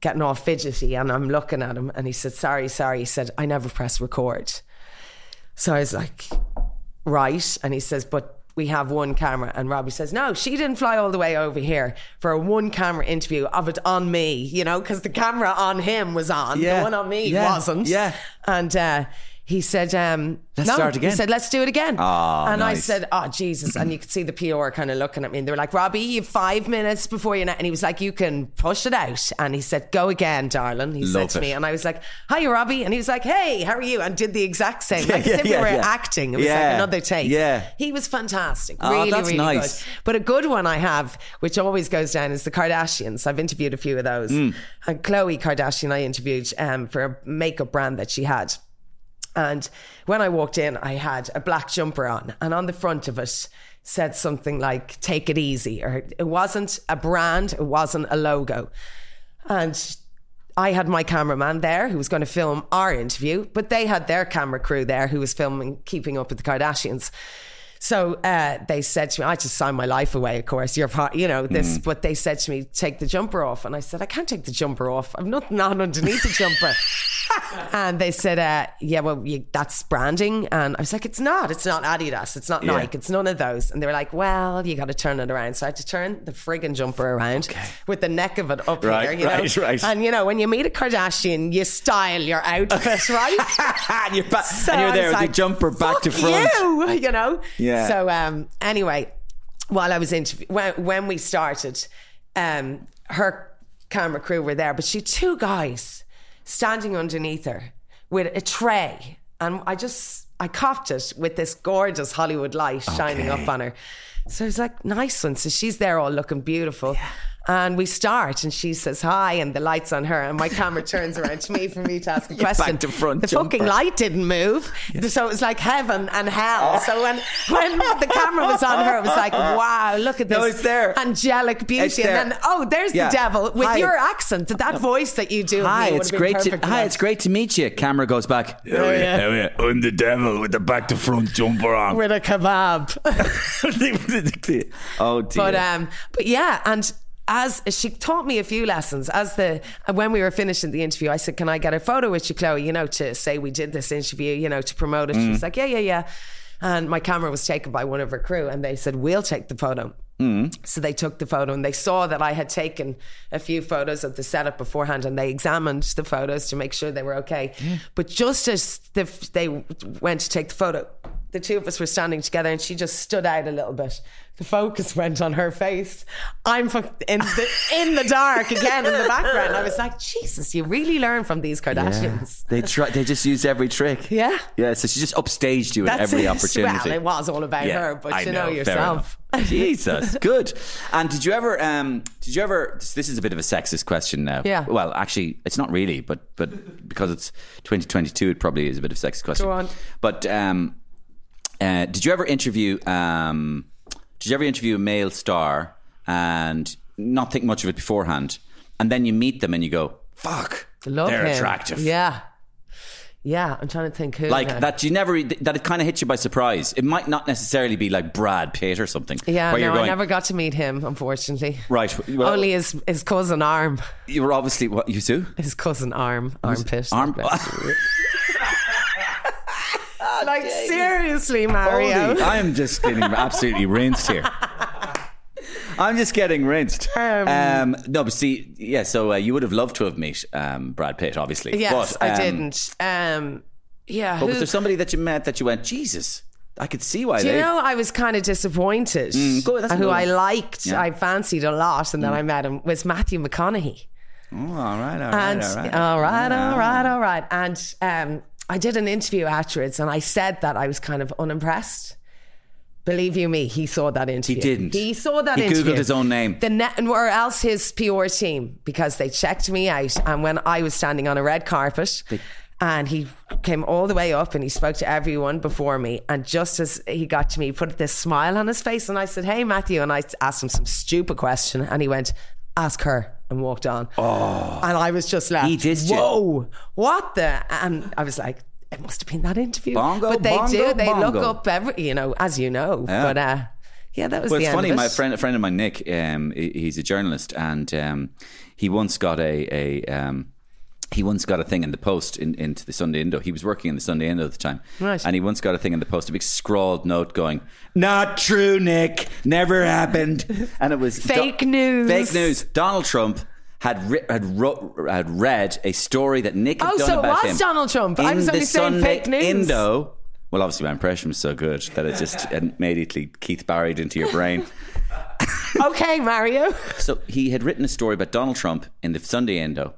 S3: getting all fidgety, and I'm looking at him, and he said, "Sorry, sorry." He said, "I never press record." So I was like, right. And he says, but we have one camera. And Robbie says, no, she didn't fly all the way over here for a one camera interview of it on me, you know, because the camera on him was on.
S1: Yeah.
S3: The one on me
S1: Yeah.
S3: wasn't.
S1: Yeah.
S3: And uh, he said, um,
S1: Let's
S3: no.
S1: start again.
S3: He said, let's do it again.
S1: Ah,
S3: and I
S1: nice.
S3: said, oh, Jesus. And you could see the PR kind of looking at me. And they were like, Robbie, you have five minutes before you. And he was like, you can push it out. And he said, go again, darling. He
S1: Love
S3: said to
S1: it.
S3: me. And I was like, hi, Robbie. And he was like, hey, how are you? And did the exact same
S1: Yeah,
S3: like
S1: yeah,
S3: as if
S1: yeah,
S3: you were
S1: yeah.
S3: acting. It was
S1: Yeah.
S3: like another take.
S1: Yeah.
S3: He was fantastic.
S1: Oh,
S3: really,
S1: that's
S3: really
S1: nice.
S3: good. But a good one I have, which always goes down, is the Kardashians. I've interviewed a few of those.
S1: Mm.
S3: And Chloe Kardashian, I interviewed um, for a makeup brand that she had. And when I walked in, I had a black jumper on, and on the front of it said something like, Take it easy. Or it wasn't a brand, it wasn't a logo. And I had my cameraman there who was going to film our interview, but they had their camera crew there who was filming Keeping Up with the Kardashians. So uh, they said to me, I just signed my life away, of course. You're part, you know, this, but they said to me, take the jumper off. And I said, I can't take the jumper off. I'm nothing on underneath the jumper. and they said, uh, yeah, well, you, that's branding. And I was like, it's not. It's not Adidas. It's not Nike. It's none of those. And they were like, well, you got to turn it around. So I had to turn the friggin' jumper around with the neck of it up
S1: Right,
S3: here, you
S1: right,
S3: know?
S1: right.
S3: And you know, when you meet a Kardashian, you style your outfit, right?
S1: and you're back,
S3: So
S1: and you're
S3: I
S1: there
S3: was
S1: with
S3: like,
S1: your jumper back
S3: "Fuck
S1: to front.
S3: You, you know.
S1: Yeah.
S3: So um, anyway, while I was interview, when, when we started, um, her camera crew were there, but she had two guys standing underneath her with a tray, and I just I copped it with this gorgeous Hollywood light shining up on her. So I was like, nice one. So she's there all looking beautiful. And we start, and she says hi, and the lights on her, and my camera turns around to me for me to ask a question.
S1: to front
S3: the fucking
S1: jumper.
S3: light didn't move, so it was like heaven and hell. So when when the camera was on her, it was like, wow, look at this.
S1: No, it's there.
S3: angelic beauty,
S1: It's there.
S3: and then oh, there's
S1: Yeah.
S3: the devil with
S1: Hi.
S3: your accent, that voice that you do. of
S1: Hi,
S3: me would
S1: it's
S3: have been
S1: great. To,
S3: perfect for
S1: hi,
S3: that.
S1: it's great to meet you. Camera goes back.
S9: Oh, yeah. Oh, yeah. I'm the devil with the back to front jumper on.
S3: with a kebab.
S1: oh dear.
S3: But um, but yeah, and as she taught me a few lessons, as the when we were finishing the interview, I said, "Can I get a photo with you, Chloe? You know, to say we did this interview, you know, to promote it." She was like, "Yeah, yeah, yeah." And my camera was taken by one of her crew, and they said, "We'll take the photo."
S1: Mm.
S3: So they took the photo and they saw that I had taken a few photos of the setup beforehand and they examined the photos to make sure they were okay. But just as the, they went to take the photo, the two of us were standing together and she just stood out a little bit. The focus went on her face. I'm fuck- in the in the dark again in the background. I was like, Jesus, you really learn from these Kardashians.
S1: They try. They just use every trick.
S3: Yeah.
S1: Yeah. So she just upstaged you at
S3: That's
S1: every
S3: it.
S1: opportunity.
S3: Well, it was all about
S1: Yeah,
S3: her, but
S1: I
S3: you know,
S1: fair
S3: yourself.
S1: enough. Jesus, good. And did you ever? Um, did you ever? This is a bit of a sexist question now.
S3: Yeah.
S1: Well, actually, it's not really, but but because it's 2022, it probably is a bit of a sexist question.
S3: Go on.
S1: But um, uh, did you ever interview? Um, did you ever interview a male star and not think much of it beforehand, and then you meet them and you go, "Fuck,
S3: Love
S1: they're
S3: him.
S1: attractive."
S3: Yeah. Yeah, I'm trying to think who.
S1: Like
S3: now.
S1: that, you never e, that it kind of hits you by surprise. It might not necessarily be like Brad Pitt or something.
S3: Yeah,
S1: where
S3: no,
S1: you're going,
S3: I never got to meet him, unfortunately.
S1: Right. Well,
S3: Only his, his cousin Arm.
S1: you were obviously what you do.
S3: His cousin Arm. Armpit.
S1: Arm.
S3: like, seriously,
S1: Ah, Holy,
S3: Mario.
S1: I'm just getting absolutely rinsed here. I'm just getting rinsed.
S3: Um,
S1: Um, no, but see, yeah. So uh, you would have loved to have met um, Brad Pitt, obviously.
S3: Yes,
S1: but,
S3: I
S1: um,
S3: didn't. Um, yeah.
S1: But
S3: who-
S1: was there somebody that you met that you went, Jesus? I could see why
S3: do
S1: they. Mm,
S3: you know, I was kind of disappointed. Uh,
S1: go- that's a
S3: who
S1: good
S3: I
S1: one. Mm.
S3: liked, I fancied a lot, and then I met him was Matthew McConaughey.
S1: Oh, all right, all right,
S3: And
S1: all
S3: all
S1: right.
S3: right, all right, all right. And um, I did an interview afterwards, and I said that I was kind of unimpressed. Believe you me, he saw that interview.
S1: didn't.
S3: He saw that
S1: He Googled
S3: interview.
S1: his own name.
S3: The net, or else his PR team, because they checked me out. And when I was standing on a red carpet, and he came all the way up and he spoke to everyone before me. And just as he got to me, he put this smile on his face. And I said, Hey, Matthew. And I asked him some stupid question. And he went, Ask her. And walked on. And I was just like,
S1: Oh. He dissed you.
S3: Whoa, what the? And I was like, it must have been that interview.
S1: Bongo,
S3: but they
S1: bongo,
S3: do. They look
S1: bongo.
S3: up every, you know, as you know.
S1: Yeah.
S3: But uh, yeah, that was
S1: Well,
S3: the
S1: it's
S3: end
S1: funny.
S3: of it.
S1: My friend, a friend of mine, Nick, um, he- he's a journalist, and um, he once got a a um, he once got a thing in the post in, into the Sunday Indo. He was working in the Sunday Indo at the time,
S3: Right.
S1: and he once got a thing in the post, a big scrawled note going, "Not true, Nick. Never happened." And it was
S3: Fake news.
S1: Fake news. Donald Trump. Had re- had, ro- had read a story that Nick had
S3: Oh,
S1: done
S3: so it
S1: about
S3: was
S1: him
S3: Donald Trump. I
S1: in
S3: was
S1: the
S3: only saying
S1: Sunday
S3: fake news.
S1: Indo. Well, obviously my impression was so good that it just immediately Keith buried into your brain.
S3: okay, Mario.
S1: So he had written a story about Donald Trump in the Sunday Indo.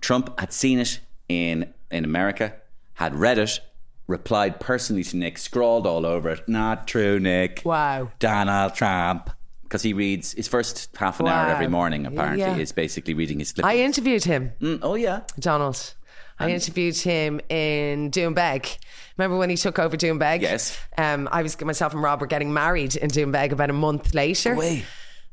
S1: Trump had seen it in in America, had read it, replied personally to Nick, scrawled all over it. Not true, Nick.
S3: Wow.
S1: Donald Trump. Because he reads his first half an hour
S3: Wow.
S1: every morning, apparently,
S3: Yeah.
S1: is basically reading his clip.
S3: I interviewed him,
S1: oh, yeah.
S3: Donald. I interviewed him in Doombeg. Remember when he took over Doombeg?
S1: Yes.
S3: Um, I was myself and Rob were getting married in Doombeg about a month later.
S1: Wait.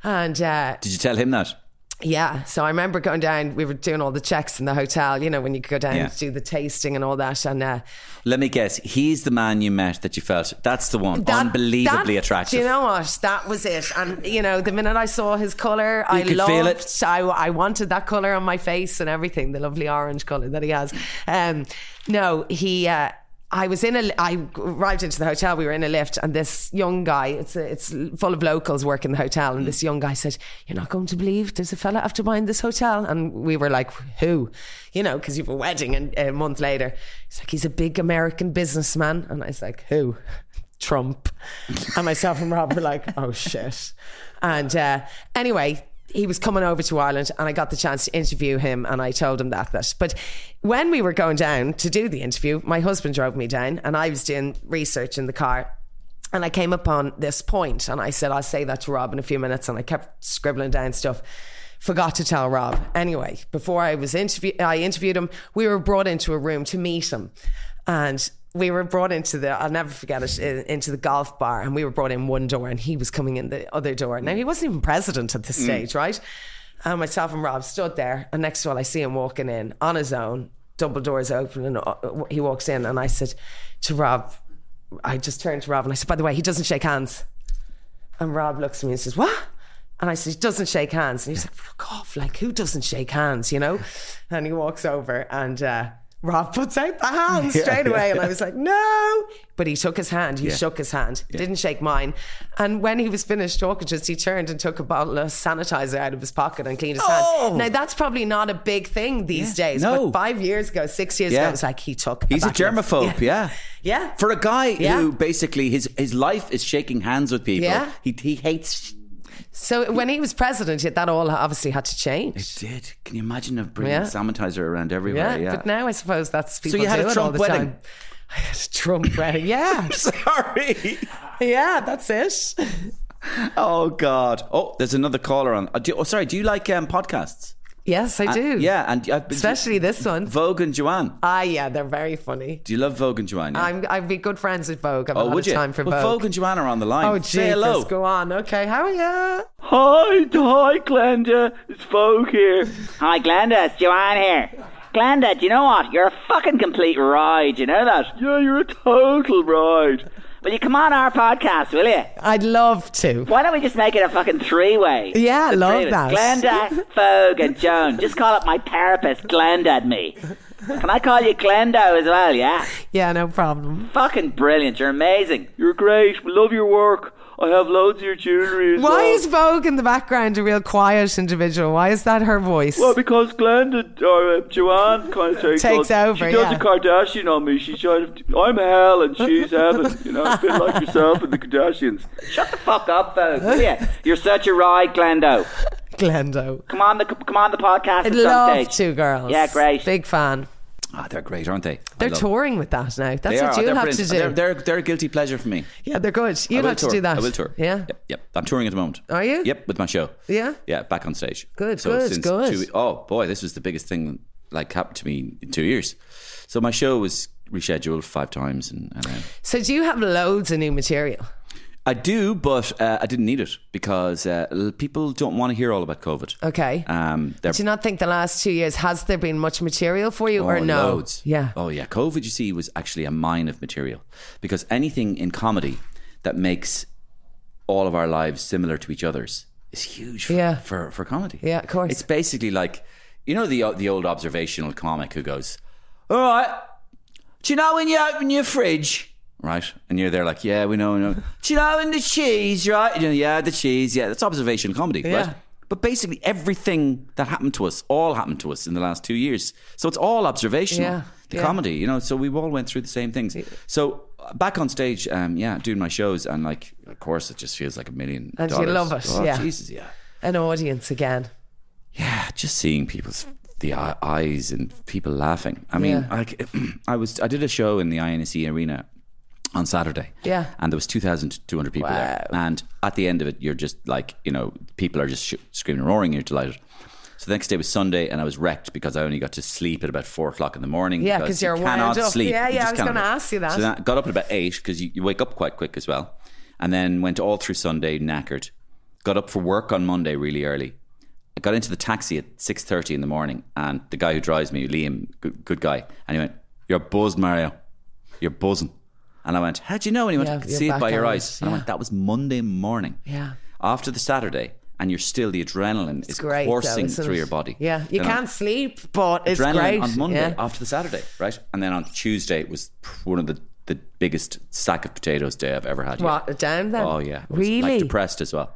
S3: And uh,
S1: Did you tell him that?
S3: Yeah. So I remember going down, we were doing all the checks in the hotel, you know, when you could go down
S1: Yeah.
S3: and do the tasting and all that. And uh,
S1: Let me guess. He's the man you met that you felt. That's the one.
S3: that-
S1: unbelievably
S3: that-
S1: attractive.
S3: Do you know what? That was it. And, you know, the minute I saw his colour, I
S1: could
S3: loved
S1: feel
S3: I, I wanted that colour on my face and everything, the lovely orange colour that he has. Um, no, he. Uh, I was in a. I arrived into the hotel. We were in a lift, and this young guy. It's a, it's full of locals working the hotel, and
S1: Mm.
S3: this young guy said, "You're not going to believe there's a fella after buying this hotel." And we were like, "Who?" You know, because you've a wedding, and a month later, he's like, "He's a big American businessman," and I was like, "Who?" Trump. And myself and Rob were like, oh shit. And uh, anyway, he was coming over to Ireland and I got the chance to interview him and I told him that. that. But when we were going down to do the interview, my husband drove me down and I was doing research in the car. And I came upon this point and I said, I'll say that to Rob in a few minutes. And I kept scribbling down stuff. Forgot to tell Rob. Anyway, before I was interview, I interviewed him. We were brought into a room to meet him, and we were brought into the. I'll never forget it. in- Into the golf bar, and we were brought in one door, and he was coming in the other door. Now he wasn't even president at this stage, right? And myself and Rob stood there, and next to all, I see him walking in on his own. Double doors open, and uh, he walks in, and I said to Rob, I just turned to Rob and I said, by the way, he doesn't shake hands. And Rob looks at me and says, What? And I said, He doesn't shake hands. And he's like, Fuck off. Like, who doesn't shake hands, you know? And he walks over and uh, Rob puts out the hand
S10: Yeah,
S3: straight away.
S10: yeah,
S3: And I
S10: yeah.
S3: was like, no. But he took his hand. He
S10: Yeah.
S3: shook his hand, didn't shake mine. And when he was finished talking to us, he turned and took a bottle of sanitizer out of his pocket and cleaned his
S1: Oh!
S10: Oh!
S3: hand. Now, that's probably not a big thing these days.
S1: No.
S3: But five years ago, six years ago, it was like he took.
S1: He's a
S3: bottle of-
S1: germaphobe, yeah.
S3: Yeah.
S1: For a guy
S3: Yeah.
S1: who basically his his life is shaking hands with people.
S3: Yeah.
S1: He he hates
S3: So when he was president, that all obviously had to change.
S1: It did. Can you imagine of bringing
S3: Yeah.
S1: sanitizer around everywhere?
S3: Yeah,
S1: Yeah.
S3: but now I suppose that's people
S1: you had a
S3: do it all
S1: Trump
S3: the
S1: wedding?
S3: time. I had a Trump wedding. Yeah,
S1: sorry.
S3: Yeah, that's it.
S1: Oh God! Oh, there's another caller on. Uh, do- oh, sorry. Do you like um, podcasts?
S3: Yes, I
S1: Uh,
S3: do.
S1: yeah, and I've been
S3: especially this one.
S1: Vogue and Joanne.
S3: Ah, yeah, they're very funny.
S1: Do you love Vogue and Joanne? yeah?
S3: I'm, I'd be good friends with Vogue. I've
S1: oh,
S3: a lot
S1: would
S3: of
S1: you?
S3: time for
S1: well,
S3: Vogue.
S1: Vogue and Joanne are on the line.
S3: Oh,
S1: Say
S3: Jesus,
S1: hello.
S3: go on. Okay, how are you?
S11: Hi, hi, Glenda. It's Vogue here. Hi, Glenda. It's Joanne here. Glenda, do you know what? You're a fucking complete ride. You know that? Yeah, you're a total ride. Will you come on our podcast, will you?
S3: I'd love to.
S11: Why don't we just make it a fucking three-way?
S3: Yeah,
S11: The
S3: love
S11: three of us.
S3: that.
S11: Glenda, Vogue, and Joan. Just call up my therapist, Glenda, and me. Can I call you Glendo as well? Yeah.
S3: Yeah, no problem.
S11: Fucking brilliant. You're amazing. You're great. We love your work. I have loads of your jewelry as
S3: Why
S11: well.
S3: is Vogue in the background a real quiet individual? Why is that her voice?
S11: Well, because Glenda or uh, Joanne kind of takes,
S3: Takes
S11: on-
S3: over,
S11: She does
S3: yeah.
S11: a Kardashian on me. She tried to, I'm hell and she's heaven. You know, a bit like yourself and the Kardashians. Shut the fuck up, though. Will ya? You're such a ride, Glendo.
S3: Glendo.
S11: Come on the come on the podcast.
S3: I'd
S11: at some
S3: love
S11: stage.
S3: to, girls.
S11: Yeah, great.
S3: Big fan.
S1: Ah, they're great, aren't they? I
S3: They're
S1: love-
S3: touring with that now. That's
S1: They
S3: what
S1: are.
S3: you'll
S1: They're
S3: have to
S1: brilliant.
S3: do.
S1: They're, they're they're a guilty pleasure for me.
S3: yeah, they're good.
S1: I
S3: You'll
S1: will
S3: have
S1: tour.
S3: to do that.
S1: I will tour.
S3: Yeah.
S1: Yep, yep. I'm touring at the moment.
S3: Are you?
S1: Yep, with my show.
S3: Yeah.
S1: Yeah, back on stage.
S3: Good, good, good.
S1: Two, oh boy, this was the biggest thing like happened to me in two years. So my show was rescheduled five times, and, and uh,
S3: So do you have loads of new material?
S1: I do, but uh, I didn't need it because uh, l- people don't want to hear all about COVID.
S3: Okay.
S1: Um, they're
S3: Do you not think the last two years has there been much material for you or
S1: Oh,
S3: no?
S1: Loads. Yeah. Oh yeah. COVID, you see, was actually a mine of material because anything in comedy that makes all of our lives similar to each other's is huge for
S3: Yeah.
S1: for, for comedy.
S3: Yeah, of course.
S1: It's basically like you know the the old observational comic who goes, "All right, do you know when you open your fridge?" Right, and you're there like, "Yeah, we know, we know." do you know when the cheese, right? You know, yeah, the cheese. Yeah, that's observational comedy,
S3: Yeah.
S1: right? But basically, everything that happened to us, all happened to us in the last two years. So it's all observational.
S3: Yeah,
S1: The
S3: yeah.
S1: comedy, you know. So we all went through the same things. So uh, back on stage, um, yeah, doing my shows, and like, of course, it just feels like a million.
S3: And you
S1: dollars.
S3: love it.
S1: Oh,
S3: yeah.
S1: Jesus, yeah.
S3: An audience again.
S1: Just seeing people's the eye- eyes and people laughing. I mean,
S3: Yeah.
S1: like, I was I did a show in the INSE arena on Saturday.
S3: Yeah.
S1: And there was 2,200 people there. And at the end of it, you're just like, you know, people are just sh- screaming and roaring. You're delighted. So the next day was Sunday, and I was wrecked because I only got to sleep at about four o'clock in the morning.
S3: Yeah, 'cause
S1: you
S3: you're wound
S1: cannot
S3: up.
S1: sleep.
S3: Yeah,
S1: You
S3: yeah, I
S1: just
S3: was
S1: cannot.
S3: gonna ask you that.
S1: So then I got up at about eight because you, you wake up quite quick as well, and then went all through Sunday knackered. Got up for work on Monday really early. I got into the taxi at six thirty in the morning, and the guy who drives me, Liam, good, good guy, and he went, "You're buzzed, Mario. You're buzzing." And I went, "How'd you know?" And he went,
S3: Yeah,
S1: "I could
S3: you're
S1: see it
S3: back
S1: by your
S3: on it.
S1: eyes." And I went, "That was Monday morning."
S3: Yeah.
S1: After the Saturday, and you're still the adrenaline is
S3: Great. though,
S1: coursing
S3: isn't
S1: through
S3: it?
S1: your body.
S3: Yeah. You
S1: Then on-
S3: can't sleep, but it's
S1: adrenaline
S3: great.
S1: on Monday
S3: Yeah.
S1: after the Saturday, right? And then on Tuesday it was one of the, the biggest sack of potatoes day I've ever had. yet.
S3: What, down then?
S1: Oh yeah, I was,
S3: Really?
S1: Like depressed as well.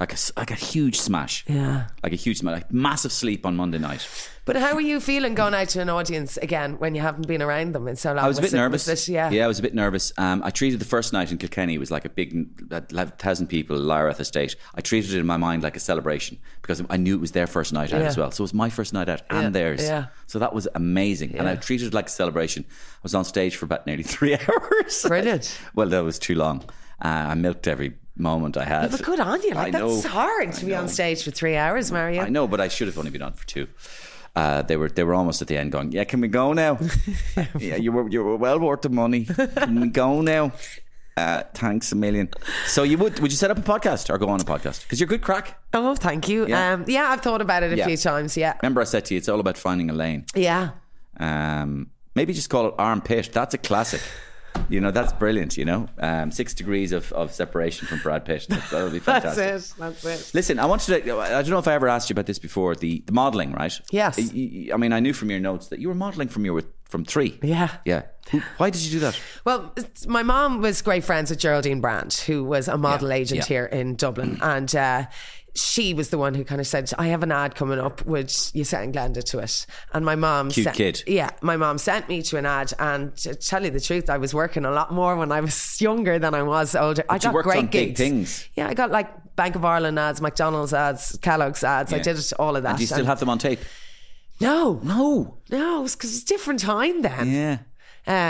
S1: Like a s- like a huge smash.
S3: Yeah.
S1: Like a huge smash. Like massive sleep on Monday night.
S3: But how are you feeling going out to an audience again when you haven't been around them in so long?
S1: I was a bit
S3: it-
S1: nervous.
S3: was it- yeah.
S1: I was a bit nervous. Um, I treated the first night in Kilkenny it was like a big that like, thousand people, Lyrath Estate. I treated it in my mind like a celebration because I knew it was their first night out
S8: Yeah.
S1: as well. So it was my first night out and theirs.
S8: yeah.
S1: So that was amazing, and I
S8: Yeah.
S1: treated it like a celebration. I was on stage for about nearly three hours. Brilliant. well, that was too long. Uh, I milked every moment I
S3: Yeah,
S1: had.
S3: but good on you. Like,
S1: I know.
S3: that's hard to be on stage for three hours, Mario.
S1: I know, but I should have only been on for two. Uh, they were they were almost at the end, going, "Yeah, can we go now? yeah, you were you were well worth the money. Can we go now? Uh, thanks a million. So you would would you set up a podcast or go on a podcast? Because you're good crack.
S3: Oh, thank you.
S1: Yeah.
S3: Um, yeah, I've thought about it a
S1: Yeah.
S3: few times. Yeah.
S1: Remember, I said to you, it's all about finding a lane.
S3: Yeah.
S1: Um, maybe just call it armpit. That's a classic. You know, that's brilliant. You know, um, six degrees of, of separation from Brad Pitt. That, that'll be fantastic.
S3: That's it. That's it.
S1: Listen, I wanted to. I don't know if I ever asked you about this before. The, the modeling, right?
S3: Yes.
S1: Y- y- I mean, I knew from your notes that you were modeling from you were from three.
S3: Yeah.
S1: Yeah. Who- Why did you do that?
S3: Well, it's- my mom was great friends with Geraldine Brand, who was a model agent
S1: yeah. Mm.
S3: here in Dublin, and uh, she was the one who kind of said, "I have an ad coming up. Would you send Glenda to it?" And my mom,
S1: Cute
S3: sent,
S1: kid.
S3: yeah, my mom sent me to an ad, and to tell you the truth, I was working a lot more when I was younger than I was older. I
S1: But you
S3: got
S1: worked
S3: great
S1: on
S3: gigs.
S1: big things.
S3: Yeah, I got like Bank of Ireland ads, McDonald's ads, Kellogg's ads. I
S1: Yeah.
S3: did all of that.
S1: And do you still
S3: And-
S1: have them on tape?
S3: no, no, no. It's because it's a different time then. Yeah.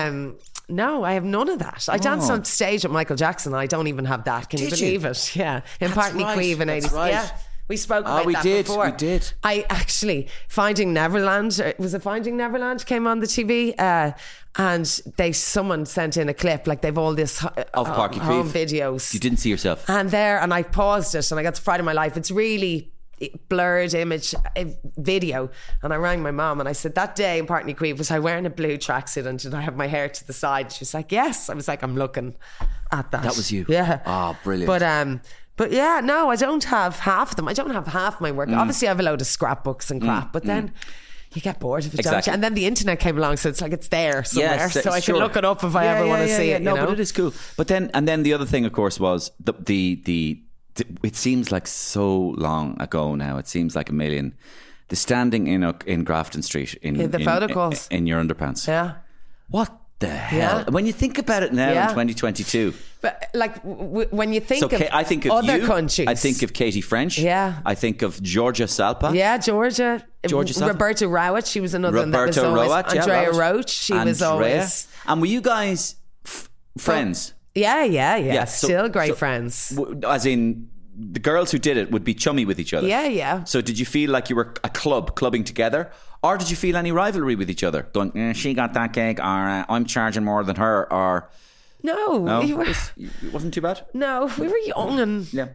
S3: Um. No, I have none of that. I danced
S1: Oh.
S3: on stage with Michael Jackson. I don't even have that. Can you
S1: Did you?
S3: believe it? Yeah. In
S1: That's
S3: Partney
S1: right,
S3: Queeve in
S1: that's
S3: eighties.
S1: right.
S3: Yeah. We spoke
S1: Ah,
S3: about
S1: we
S3: that
S1: did,
S3: before.
S1: we did.
S3: I actually Finding Neverland. or- Was it Finding Neverland came on the TV? Uh, and they someone sent in a clip like they've all this ho-
S1: Of
S3: uh,
S1: Parky
S3: home
S1: Creek.
S3: videos.
S1: You didn't see yourself.
S3: And there, and I paused it, and I got to Friday of my life. It's really blurred image uh, video. And I rang my mom, and I said that day in Partney Queeve was I wearing a blue tracksuit, and did I have my hair to the side? She was like, yes. I was like, I'm looking at that.
S1: That was you.
S3: Yeah.
S1: Ah, brilliant.
S3: But um, but yeah, no, I don't have half of them. I don't have half my work.
S1: Mm.
S3: Obviously, I have a load of scrapbooks and crap,
S1: Mm,
S3: but
S1: mm.
S3: then. You get bored of it, don't
S1: Exactly.
S3: you? And then the internet came along, so it's like it's there somewhere,
S1: Yes,
S3: so I
S1: sure.
S3: can look it up if I
S1: Yeah,
S3: ever
S1: yeah,
S3: want to
S1: yeah,
S3: see
S1: yeah.
S3: it. You
S1: No,
S3: know?
S1: but it is cool. But then, and then the other thing, of course, was the the the. the- It seems like so long ago now. It seems like a million. The standing in in Grafton Street in
S3: Yeah, the
S1: in,
S3: photo calls.
S1: in, your underpants.
S3: Yeah.
S1: What the hell? When you think about it now
S3: Yeah.
S1: in 2022,
S3: But like w- w- when you think
S1: so
S3: of
S1: Ka- I think of
S3: other
S1: you.
S3: countries,
S1: I think of Katie French.
S3: Yeah.
S1: I think of Georgia Salpa.
S3: yeah, Georgia,
S1: Georgia Sutton.
S3: Roberta Rowett. She was another one that was
S1: Roberto
S3: always
S1: Roach, yeah,
S3: Andrea
S1: Roach.
S3: Roach. She was
S1: Andrea.
S3: always
S1: And were you guys f- friends?
S3: yeah, yeah, yeah.
S1: Yeah, so-
S3: Still great
S1: so-
S3: friends.
S1: W- As in, the girls who did it would be chummy with each other.
S3: Yeah, yeah.
S1: So did you feel like you were a club clubbing together, or did you feel any rivalry with each other? Going, "Eh, she got that gig, or uh, I'm charging more than her, or
S3: No,
S1: no,
S3: we were,
S1: It's- it wasn't too bad.
S3: no, we were young and
S1: yeah.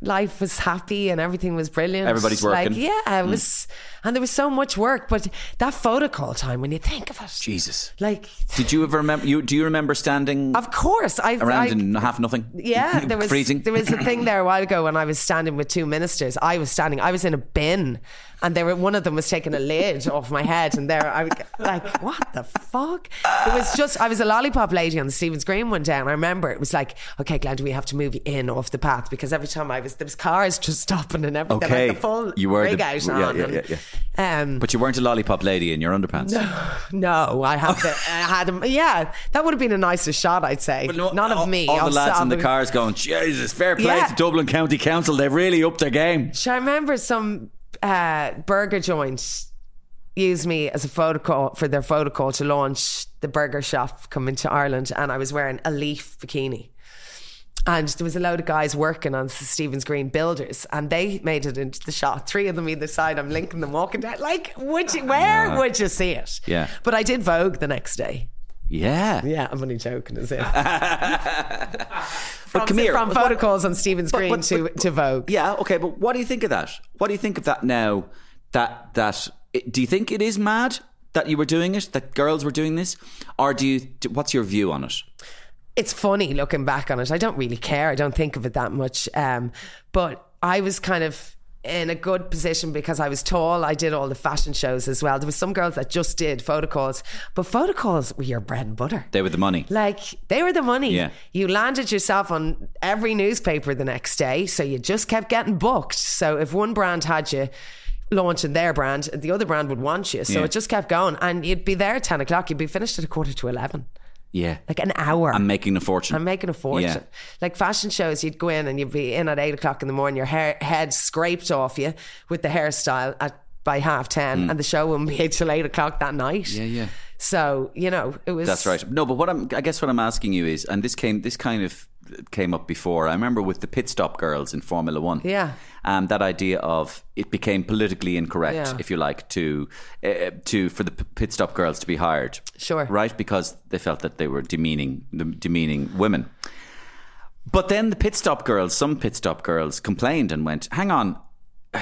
S3: life was happy and everything was brilliant.
S1: Everybody's
S3: Like,
S1: working.
S3: yeah, it
S1: Mm.
S3: was, and there was so much work. But that photo call time, when you think of it,
S1: Jesus,
S3: like
S1: did you ever remember? You do you remember standing?
S3: of course, I've
S1: around
S3: I,
S1: and half nothing.
S3: Yeah, there was
S1: freezing.
S3: There was a thing there a while ago when I was standing with two ministers. I was standing. I was in a bin, and there were one of them was taking a lid off my head, and there I was like, what the fuck? It was just I was a lollipop lady on the Stephen's Green one day, and I remember it was like, okay, Glenda, we have to move you in off the path because every time I was there was cars just stopping and everything. I had the full
S1: you were
S3: rig
S1: the,
S3: out
S1: yeah,
S3: on.
S1: yeah,
S3: and-
S1: yeah, yeah.
S3: Um,
S1: But you weren't a lollipop lady in your underpants.
S3: no, no, I have to, I had him. Yeah, that would have been a nicer shot, I'd say. None of me.
S1: All
S3: I'll
S1: the lads in the
S3: stop.
S1: cars going, Jesus, fair play
S3: Yeah.
S1: to Dublin County Council. They've really upped their game.
S3: So I remember some uh, burger joint used me as a photo call for their photo call to launch the burger shop coming to Ireland, and I was wearing a leaf bikini. And there was a load of guys working on Stephen's Green Builders, and they made it into the shot. Three of them either side. I'm linking them walking down. Like, would you? Where
S1: Yeah.
S3: would you see it?
S1: Yeah.
S3: But I did Vogue the next day.
S1: Yeah.
S3: Yeah, I'm only joking. Is it?
S1: but come here.
S3: From
S1: what-
S3: photo calls on Stephen's Green
S1: but-
S3: to, to Vogue.
S1: Yeah, okay, but what do you think of that? What do you think of that now? That that it- do you think it is mad that you were doing it? That girls were doing this, or do you? do- What's your view on it?
S3: it's funny looking back on it. I don't really care. I don't think of it that much. Um, but I was kind of in a good position because I was tall. I did all the fashion shows as well. There was some girls that just did photo calls, but photo calls were your bread and butter.
S1: They were the money.
S3: Like they were the money.
S1: Yeah.
S3: You landed yourself on every newspaper the next day, so you just kept getting booked. So if one brand had you launching their brand, the other brand would want you. So
S1: Yeah.
S3: it just kept going, and you'd be there at ten o'clock. You'd be finished at a quarter to eleven.
S1: Yeah,
S3: Like an hour.
S1: I'm making a fortune.
S3: I'm making a fortune.
S1: Yeah.
S3: Like fashion shows, you'd go in and you'd be in at eight o'clock in the morning, your hair, head scraped off you with the hairstyle at by half ten,
S1: Mm.
S3: and the show wouldn't be till eight o'clock that night.
S1: Yeah, yeah.
S3: So you know it was.
S1: That's right. No, but what I'm, I guess what I'm asking you is, and this came, this kind of came up before. I remember with the pit stop girls in Formula One.
S3: Yeah.
S1: Um, that idea of it became politically incorrect,
S3: Yeah.
S1: if you like, to uh, to for the p- pit stop girls to be hired.
S3: Sure.
S1: Right, because they felt that they were demeaning demeaning women. But then the pit stop girls, some pit stop girls, complained and went, "Hang on." eh,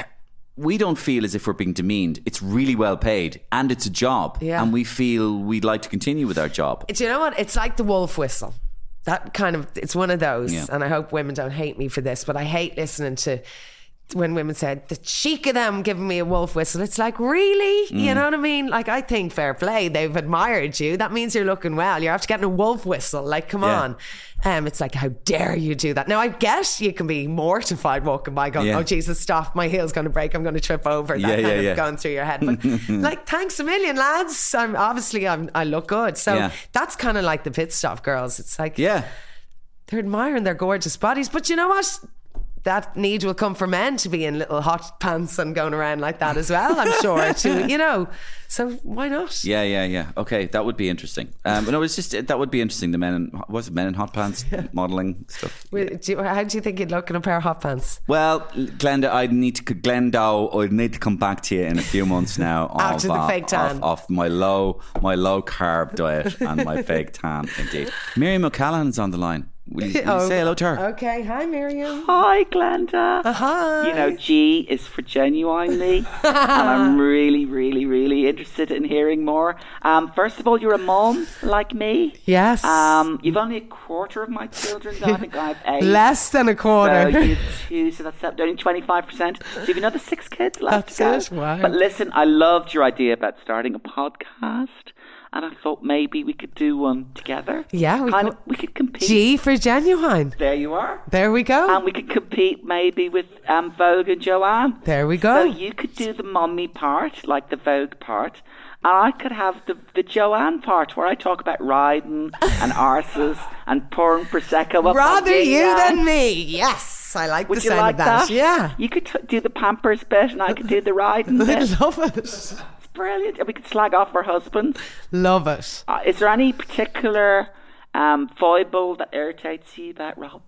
S1: We don't feel as if we're being demeaned. It's really well paid and it's a job.
S3: Yeah.
S1: And we feel we'd like to continue with our job.
S3: Do you know what? It's like the wolf whistle. That kind of it's one of those,
S1: Yeah.
S3: and I hope women don't hate me for this, but I hate listening to when women said the cheek of them giving me a wolf whistle, it's like really, you
S12: Mm.
S3: know what I mean? Like I think fair play. They've admired you. That means you're looking well. You're after getting a wolf whistle. Like come
S12: Yeah.
S3: on. Um, it's like how dare you do that? Now I guess you can be mortified walking by, going,
S12: Yeah.
S3: "Oh Jesus, stop! My heel's going to break. I'm going to trip over." That
S12: Yeah,
S3: kind
S12: yeah,
S3: of
S12: yeah.
S3: going through your head, but like thanks a million, lads. I'm obviously I'm, I look good, so
S12: Yeah.
S3: that's kind of like the pit stop girls. It's like yeah, they're admiring their gorgeous bodies, but you know what? That need will come for men to be in little hot pants and going around like that as well. I'm sure, too. You know, so why not?
S1: Yeah, yeah, yeah. Okay, that would be interesting. Um, no, it's just that would be interesting. The men in was it men in hot pants modeling stuff.
S3: Well, Do you, how do you think you'd look in a pair of hot pants?
S1: Well, Glenda, I need to Glenda, I need to come back to you in a few months now.
S3: After the fake tan.
S1: off, off my low, my low carb diet and my fake tan. Indeed, Miriam O'Callaghan is on the line. Will you, will you
S3: Oh,
S1: say hello to her?
S3: Okay, hi Miriam. Uh-huh.
S11: Hi Glenda.
S3: Hi.
S11: You know, G is for genuinely, and I'm really, really, really interested in hearing more. Um, first of all, you're a mom like me.
S3: Yes.
S11: Um, you've only a quarter of my children. I think I have eight.
S3: Less than a quarter.
S11: So you two, so that's up- only twenty five percent. So you've another six kids left.
S3: That's it.
S11: to go.
S3: Wow.
S11: But listen, I loved your idea about starting a podcast, and I thought maybe we could do one together.
S3: Yeah, we,
S11: Kind
S3: co-
S11: of- we could compete.
S3: G for genuine.
S11: There you are.
S3: There we go.
S11: And we could compete maybe with um, Vogue and Joanne.
S3: There we go.
S11: So you could do the mommy part, like the Vogue part, and I could have the, the Joanne part where I talk about riding and arses and pouring prosecco. Up
S3: Rather
S11: my
S3: you
S11: yin-yang.
S3: than me. Yes, I like
S11: Would
S3: the
S11: you
S3: sound
S11: like
S3: of that.
S11: that?
S3: Yeah.
S11: You could t- do the Pampers bit, and I could do the riding
S3: I
S11: bit.
S3: love it. It's
S11: brilliant. And we could slag off our husbands.
S3: Love it.
S11: Uh, is there any particular um, foible that irritates you about Rob?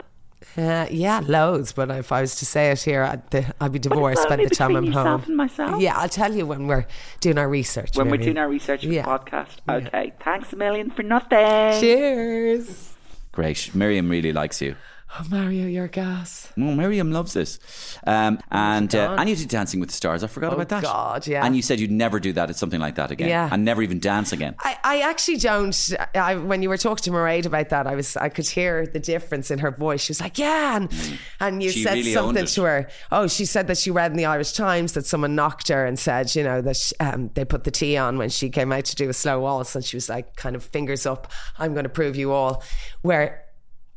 S3: Uh, yeah, loads. But if I was to say it here, I'd, th- I'd be
S11: Well,
S3: divorced by
S11: only
S3: the time I'm
S11: between
S3: home.
S11: yourself and myself.
S3: Yeah, I'll tell you when we're doing our research.
S11: when we're
S3: Miriam.
S11: doing our research for
S3: Yeah.
S11: the podcast. Okay, thanks a million for nothing.
S3: Cheers.
S1: Great, Miriam really likes you.
S3: Oh, Mario, your gas.
S1: No, Miriam loves this. Um, and uh,
S3: God.
S1: and you did Dancing with the Stars. I forgot
S3: Oh,
S1: about that.
S3: God, yeah.
S1: And you said you'd never do that. It's something like that again.
S3: Yeah.
S1: And never even dance again.
S3: I, I actually don't. I, when you were talking to Mairead about that, I was I could hear the difference in her voice. She was like, "Yeah," and, and you
S12: Mm. She
S3: said
S12: really owned
S3: something
S12: it.
S3: to her. Oh, she said that she read in the Irish Times that someone knocked her and said, you know, that sh um, they put the tea on when she came out to do a slow waltz, and she was like, kind of fingers up, "I'm going to prove you all." Where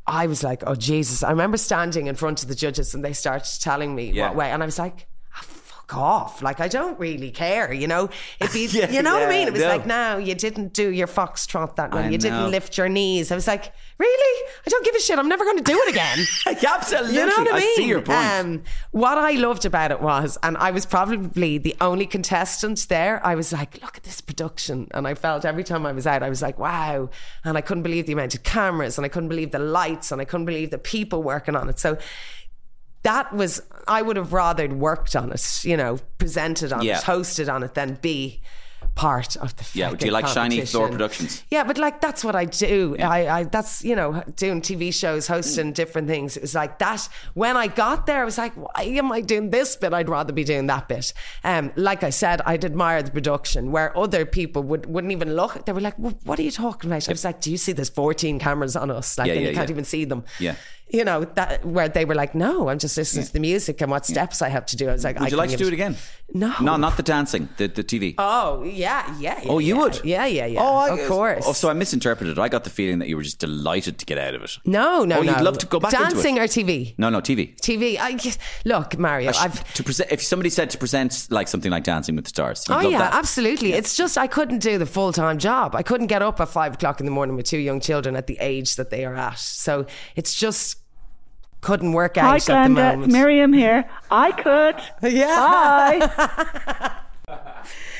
S3: I was like, "Oh Jesus!" I remember standing in front of the judges, and they started telling me
S12: Yeah.
S3: what way, and I was like. "Ah, Fuck off! Like I don't really care, you know. If you,
S12: Yeah,
S3: you know what I
S12: yeah,
S3: mean, it was
S12: no.
S3: like no, you didn't do your foxtrot that way.
S12: I
S3: You
S12: know.
S3: didn't lift your knees. I was like, really? I don't give a shit. I'm never going to do it again.
S1: Absolutely.
S3: You know what I
S12: I
S3: mean?
S12: see your point.
S3: Um, what I loved about it was, and I was probably the only contestant there, I was like, look at this production. And I felt every time I was out, I was like, wow. And I couldn't believe the amount of cameras, and I couldn't believe the lights, and I couldn't believe the people working on it. So that was, I would have rather worked on it, you know, presented on
S1: Yeah.
S3: it, hosted on it, than be part of the
S1: Yeah. Do you
S3: fucking
S1: like Shiny Floor
S3: competition.
S1: Productions?
S3: Yeah, but like that's what I do. I, I that's you know doing TV shows, hosting
S1: Mm.
S3: different things. It was like that. When I got there, I was like, why am I doing this bit? I'd rather be doing that bit. Um, like I said, I'd admire the production where other people would wouldn't even look. They were like, "Wh- what are you talking about? I was like, do you see there's 14 cameras on us? Like,
S12: Yeah,
S3: and
S12: yeah,
S3: you can't
S12: yeah.
S3: even see them.
S1: Yeah.
S3: You know that where they were like, no, I'm just listening to the music and what steps I have to do. I was like,
S1: Would
S3: I
S1: you like to
S3: can
S1: do
S3: give
S1: it again?
S3: No.
S1: No, not the dancing, the, the TV.
S3: Oh yeah, yeah.
S1: Oh, you
S3: yeah.
S1: would?
S3: Yeah, yeah, yeah. Oh, of course.
S1: Oh, so I misinterpreted. I got the feeling that you were just delighted to get out of it.
S3: No, no,
S1: Oh,
S3: no.
S1: you'd love to go back into it.
S3: Dancing or TV?
S1: No, no, TV.
S3: TV. I, yes. look, Mario,
S1: I sh-
S3: I've.
S1: to present, if somebody said to present like something like Dancing with the Stars, you'd
S3: Oh
S1: love
S3: yeah,
S1: that.
S3: absolutely. It's just I couldn't do the full time job. I couldn't get up at five o'clock in the morning with two young children at the age that they are at. So it's just couldn't work out
S11: Hi,
S3: at the
S11: Glenda.
S3: moment.
S11: Miriam here. I could.
S3: Yeah.
S11: Hi.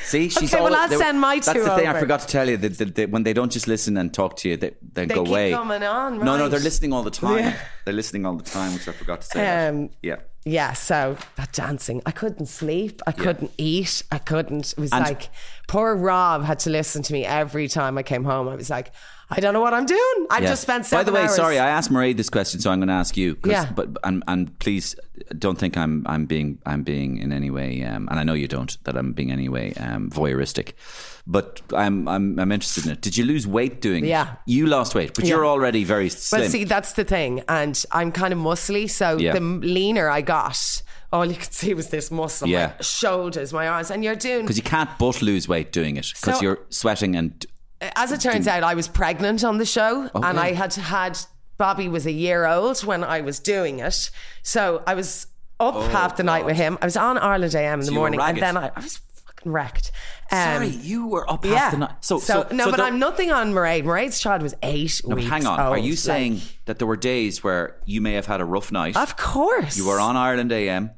S1: See, she's
S3: Okay, well,
S1: always-
S3: I'll
S1: they-
S3: send my
S1: That's
S3: two
S1: the thing I
S3: over.
S1: forgot to tell you that, that, that when they don't just listen and talk to you, they, they,
S3: They
S1: go
S3: keep
S1: away.
S3: coming on,
S1: No, no,
S3: right.
S1: they're listening all the time.
S3: Yeah.
S1: They're listening all the time, which I forgot to say.
S3: Um,
S1: that. Yeah.
S3: yeah, so that dancing, I couldn't sleep, I
S1: Yeah.
S3: couldn't eat, I couldn't. It was
S1: And-
S3: like poor Rob had to listen to me every time I came home. I was like, I don't know what I'm doing. I
S1: Yeah.
S3: just spent seven
S1: By the way,
S3: hours.
S1: sorry, I asked Marie this question, so I'm going to ask you. 'cause-
S3: Yeah.
S1: But and and please don't think I'm I'm being I'm being in any way, um, and I know you don't that I'm being in any way um, voyeuristic, but I'm I'm I'm interested in it. Did you lose weight doing? it?
S3: Yeah.
S1: You lost weight, but
S3: Yeah.
S1: you're already very slim.
S3: Well, see, that's the thing, and I'm kind of muscly, so
S1: Yeah.
S3: the m- leaner I got. all you could see was this muscle,
S1: Yeah.
S3: my shoulders, my arms, and you're doing.
S1: Because you can't but lose weight doing it because
S3: So-
S1: you're sweating and
S3: As it turns out, I was pregnant on the show,
S1: Oh,
S3: and
S1: yeah.
S3: I had had Bobby was a year old when I was doing it, so I was up
S11: Oh,
S3: half the night with him. I was on Ireland AM in the
S1: So you were
S3: morning, and
S1: ragged.
S3: then I, I was fucking wrecked. Um,
S1: Sorry, you were up half the night. So-
S3: So,
S1: so-
S3: no,
S1: so
S3: but
S1: the-
S3: I'm nothing on Mairead. Mairead's child was eight
S1: No, but
S3: weeks
S1: hang on. Are
S3: old,
S1: you
S3: like-
S1: saying that there were days where you may have had a rough night?
S3: Of course.
S1: You were on Ireland AM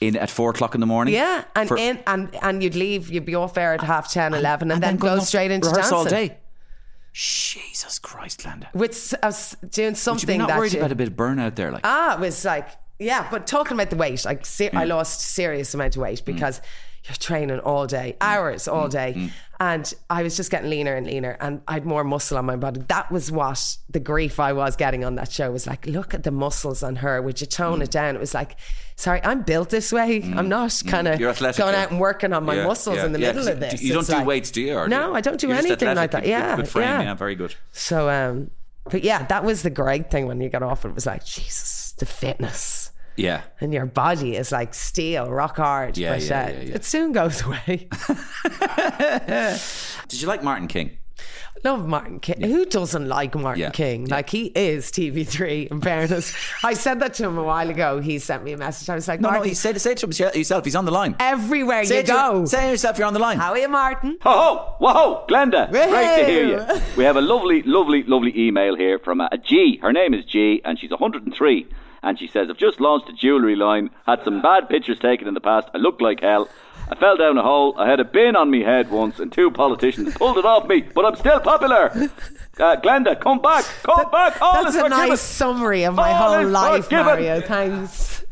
S1: in at four o'clock in the morning.
S3: Yeah, and
S1: for Uh,
S3: in and and you'd leave, you'd be off air at half 10, 11, and, then, go straight into
S1: rehearse
S3: dancing
S1: all day. Jesus Christ, Landa.
S3: With s- I was doing
S1: Would you be
S3: something
S1: not
S3: that
S1: worried
S3: you-
S1: about a bit of burnout there? Like,
S3: ah, it was like yeah. But talking about the weight, like se- I
S1: Mm.
S3: lost serious amount of weight because you're training all day, hours
S1: Mm.
S3: all day, and I was just getting leaner and leaner, and I had more muscle on my body. That was what the grief I was getting on that show was like. Look at the muscles on her. Would you tone
S1: Mm.
S3: it down? It was like. Sorry, I'm built this way. I'm not kind of
S1: You're athletic,
S3: going
S1: yeah.
S3: out and working on my
S1: Yeah,
S3: muscles
S1: yeah,
S3: in the
S1: yeah,
S3: middle
S1: 'cause
S3: of this.
S1: You don't
S3: It's
S1: do
S3: like-
S1: weights, do you? or do
S3: No,
S1: you?
S3: I don't do
S1: You're just
S3: anything like
S1: athletic,
S3: that.
S1: good-
S3: Yeah,
S1: good frame.
S3: yeah.
S1: Yeah. very good.
S3: So, um, but yeah, that was the great thing when you got off. It was like Jesus, the fitness
S1: Yeah.
S3: and your body is like steel, rock hard.
S1: Yeah,
S3: but
S1: yeah,
S3: uh,
S1: yeah, yeah.
S3: it soon goes away.
S1: Did you like Martin King?
S3: Love Martin King. Who doesn't like Martin
S1: Yeah,
S3: King? Like he is TV3. In fairness, I said that to him a while ago. He sent me a message. I was like,
S1: No,
S3: Martin,
S1: no. He said, say it to himself- yourself. He's on the line.
S3: everywhere
S1: Say
S3: you
S1: it to-
S3: go,
S1: say to yourself, you're on the line.
S3: How are you, Martin?
S8: Ho ho, whoa, Glenda, great to hear you. We have a lovely, lovely, lovely email here from uh, G. Her name is G, and she's 103. And she says, I've just launched a jewellery line, had some bad pictures taken in the past, I looked like hell. I fell down a hole, I had a bin on me head once, and two politicians pulled it off me, but I'm still popular. Uh, Glenda, come back, come back, Oh, all
S3: That's
S8: is
S3: a
S8: forgiven.
S3: nice summary of my
S8: All
S3: whole
S8: is
S3: life,
S8: forgiven.
S3: Mario. Thanks.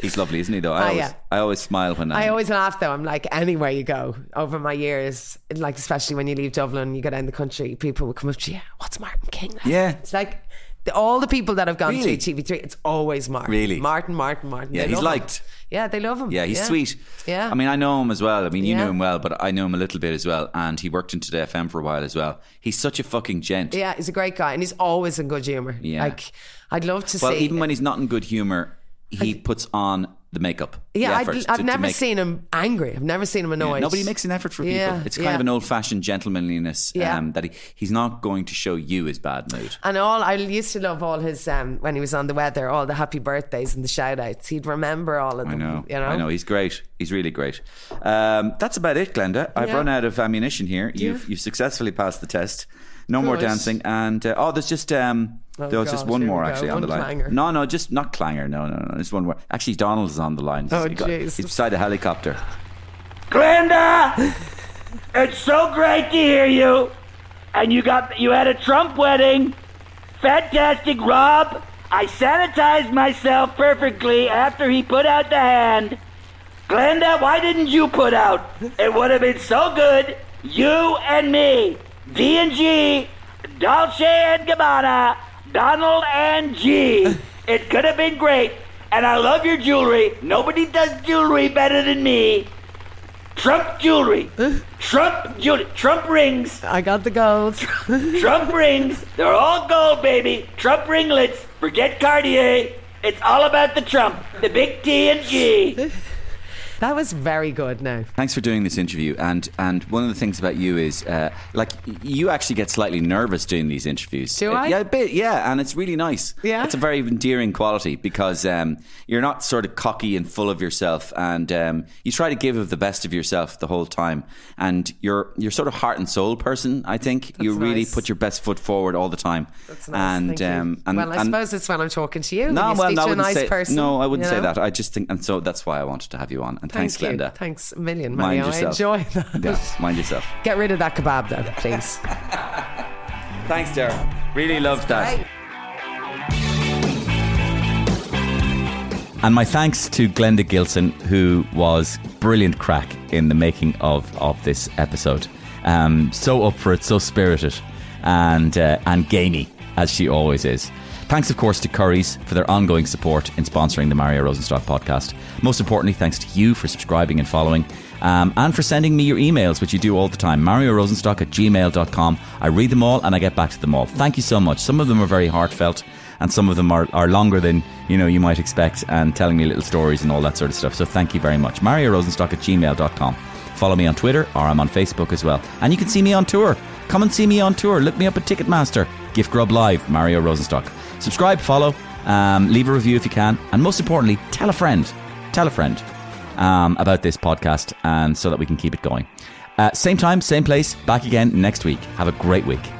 S1: He's lovely, isn't he? Though I
S3: Oh,
S1: always,
S3: yeah.
S1: I always smile when I.
S3: I always laugh though. I'm like, anywhere you go over my years, like especially when you leave Dublin, you go down the country, people will come up to you. What's Martin King? Like?
S1: Yeah.
S3: it's like the, all the people that have gone
S1: Really?
S3: to TV3. It's always Martin.
S1: Really?
S3: Martin, Martin, Martin.
S1: Yeah,
S3: They
S1: he's
S3: love him.
S1: liked.
S3: Yeah, they love him.
S1: Yeah, he's sweet.
S3: Yeah,
S1: I mean, I know him as well. I mean, you
S3: Yeah.
S1: knew him well, but I know him a little bit as well. And he worked in Today FM for a while as well. He's such a fucking gent.
S3: yeah, he's a great guy, and he's always in good humor.
S1: Yeah.
S3: like I'd love to
S1: well,
S3: see.
S1: even when he's not in good humor, he puts on the makeup. the
S3: yeah, I'd,
S1: effort
S3: I've
S1: to- to
S3: never
S1: make-
S3: seen him angry. I've never seen him
S1: Yeah,
S3: annoyed.
S1: nobody makes an effort for people.
S3: Yeah,
S1: it's kind
S3: yeah.
S1: of an old-fashioned gentlemanliness
S3: Yeah.
S1: um, that he, he's not going to show you his bad mood.
S3: And all I used to love all his um, when he was on the weather, all the happy birthdays and the shout outs. He'd remember all of
S1: I
S3: them.
S1: know.
S3: You know.
S1: I know. He's great. He's really great. Um, that's about it, Glenda. I've
S3: Yeah.
S1: run out of ammunition here.
S3: Yeah.
S1: You've you've successfully passed the test. No more
S3: Good.
S1: dancing. And uh, oh, there's just um,
S3: Oh,
S1: there was just
S3: God,
S1: one
S3: here we
S1: more
S3: go.
S1: actually on
S3: One
S1: the line.
S3: clanger.
S1: No, no, just not clanger. No, no, no. There's one more. Actually, Donald's on the line.
S10: Oh,
S1: He got-
S10: jeez.
S1: He's beside a helicopter.
S10: Glenda, it's so great to hear you. And you got you had a Trump wedding. Fantastic, Rob. I sanitized myself perfectly after he put out the hand. Glenda, why didn't you put out? It would have been so good. You and me, D and G, Dolce and Gabbana, Donald and G. It could have been great. And I love your jewelry. Nobody does jewelry better than me. Trump jewelry. Trump jewelry. Trump rings.
S3: I got the gold.
S10: Trump rings. They're all gold, baby. Trump ringlets. Forget Cartier. It's all about the Trump, the big T and G.
S3: That was very good. Now
S1: Thanks for doing this interview. And and one of the things about you is, uh, like, you actually get slightly nervous doing these interviews. Uh,
S3: Do I?
S1: Yeah, a bit. Yeah, and it's really nice.
S3: Yeah?
S1: it's a very endearing quality because um, you're not sort of cocky and full of yourself, and um, you try to give of the best of yourself the whole time. And you're you're sort of heart and soul person. I think you really
S3: nice.
S1: put your best foot forward all the time.
S3: That's nice.
S1: And
S3: Thank you.
S1: um, and
S3: well, I
S1: and-
S3: suppose it's when I'm talking to you. when you
S1: well,
S3: speak
S1: no, I
S3: to a
S1: wouldn't
S3: nice
S1: say,
S3: person.
S1: no, I wouldn't
S3: you
S1: say
S3: know?
S1: that. I just think, and so that's why I wanted to have you on. And thanks,
S3: Thank you.
S1: Glenda.
S3: Thanks a million,
S1: Mind
S3: Mario. I
S1: yourself.
S3: enjoy that.
S1: Yeah, mind yourself.
S3: Get rid of that kebab, though, please.
S1: Thanks, Darren. Really loved that.
S13: And my thanks to Glenda Gilson, who was brilliant crack in the making of, of this episode. Um, so up for it, so spirited, and uh, and gamey as she always is. Thanks, of course, to Curry's for their ongoing support in sponsoring the Mario Rosenstock podcast. Most importantly, thanks to you for subscribing and following.
S1: um, and for sending me your emails, which you do all the time. Mario Rosenstock at gmail.com. I read them all and I get back to them all. Thank you so much. Some of them are very heartfelt and some of them are, are longer than you know you might expect and telling me little stories and all that sort of stuff. So thank you very much. Mario Rosenstock at gmail.com. Follow me on Twitter or I'm on Facebook as well. And you can see me on tour. Come and see me on tour. Look me up at Ticketmaster. Gift Grub Live, Mario Rosenstock. Subscribe, follow, um, leave a review if you can. And most importantly, tell a friend. Tell a friend um, about this podcast and so that we can keep it going. Uh, same time, same place, back again next week. Have a great week.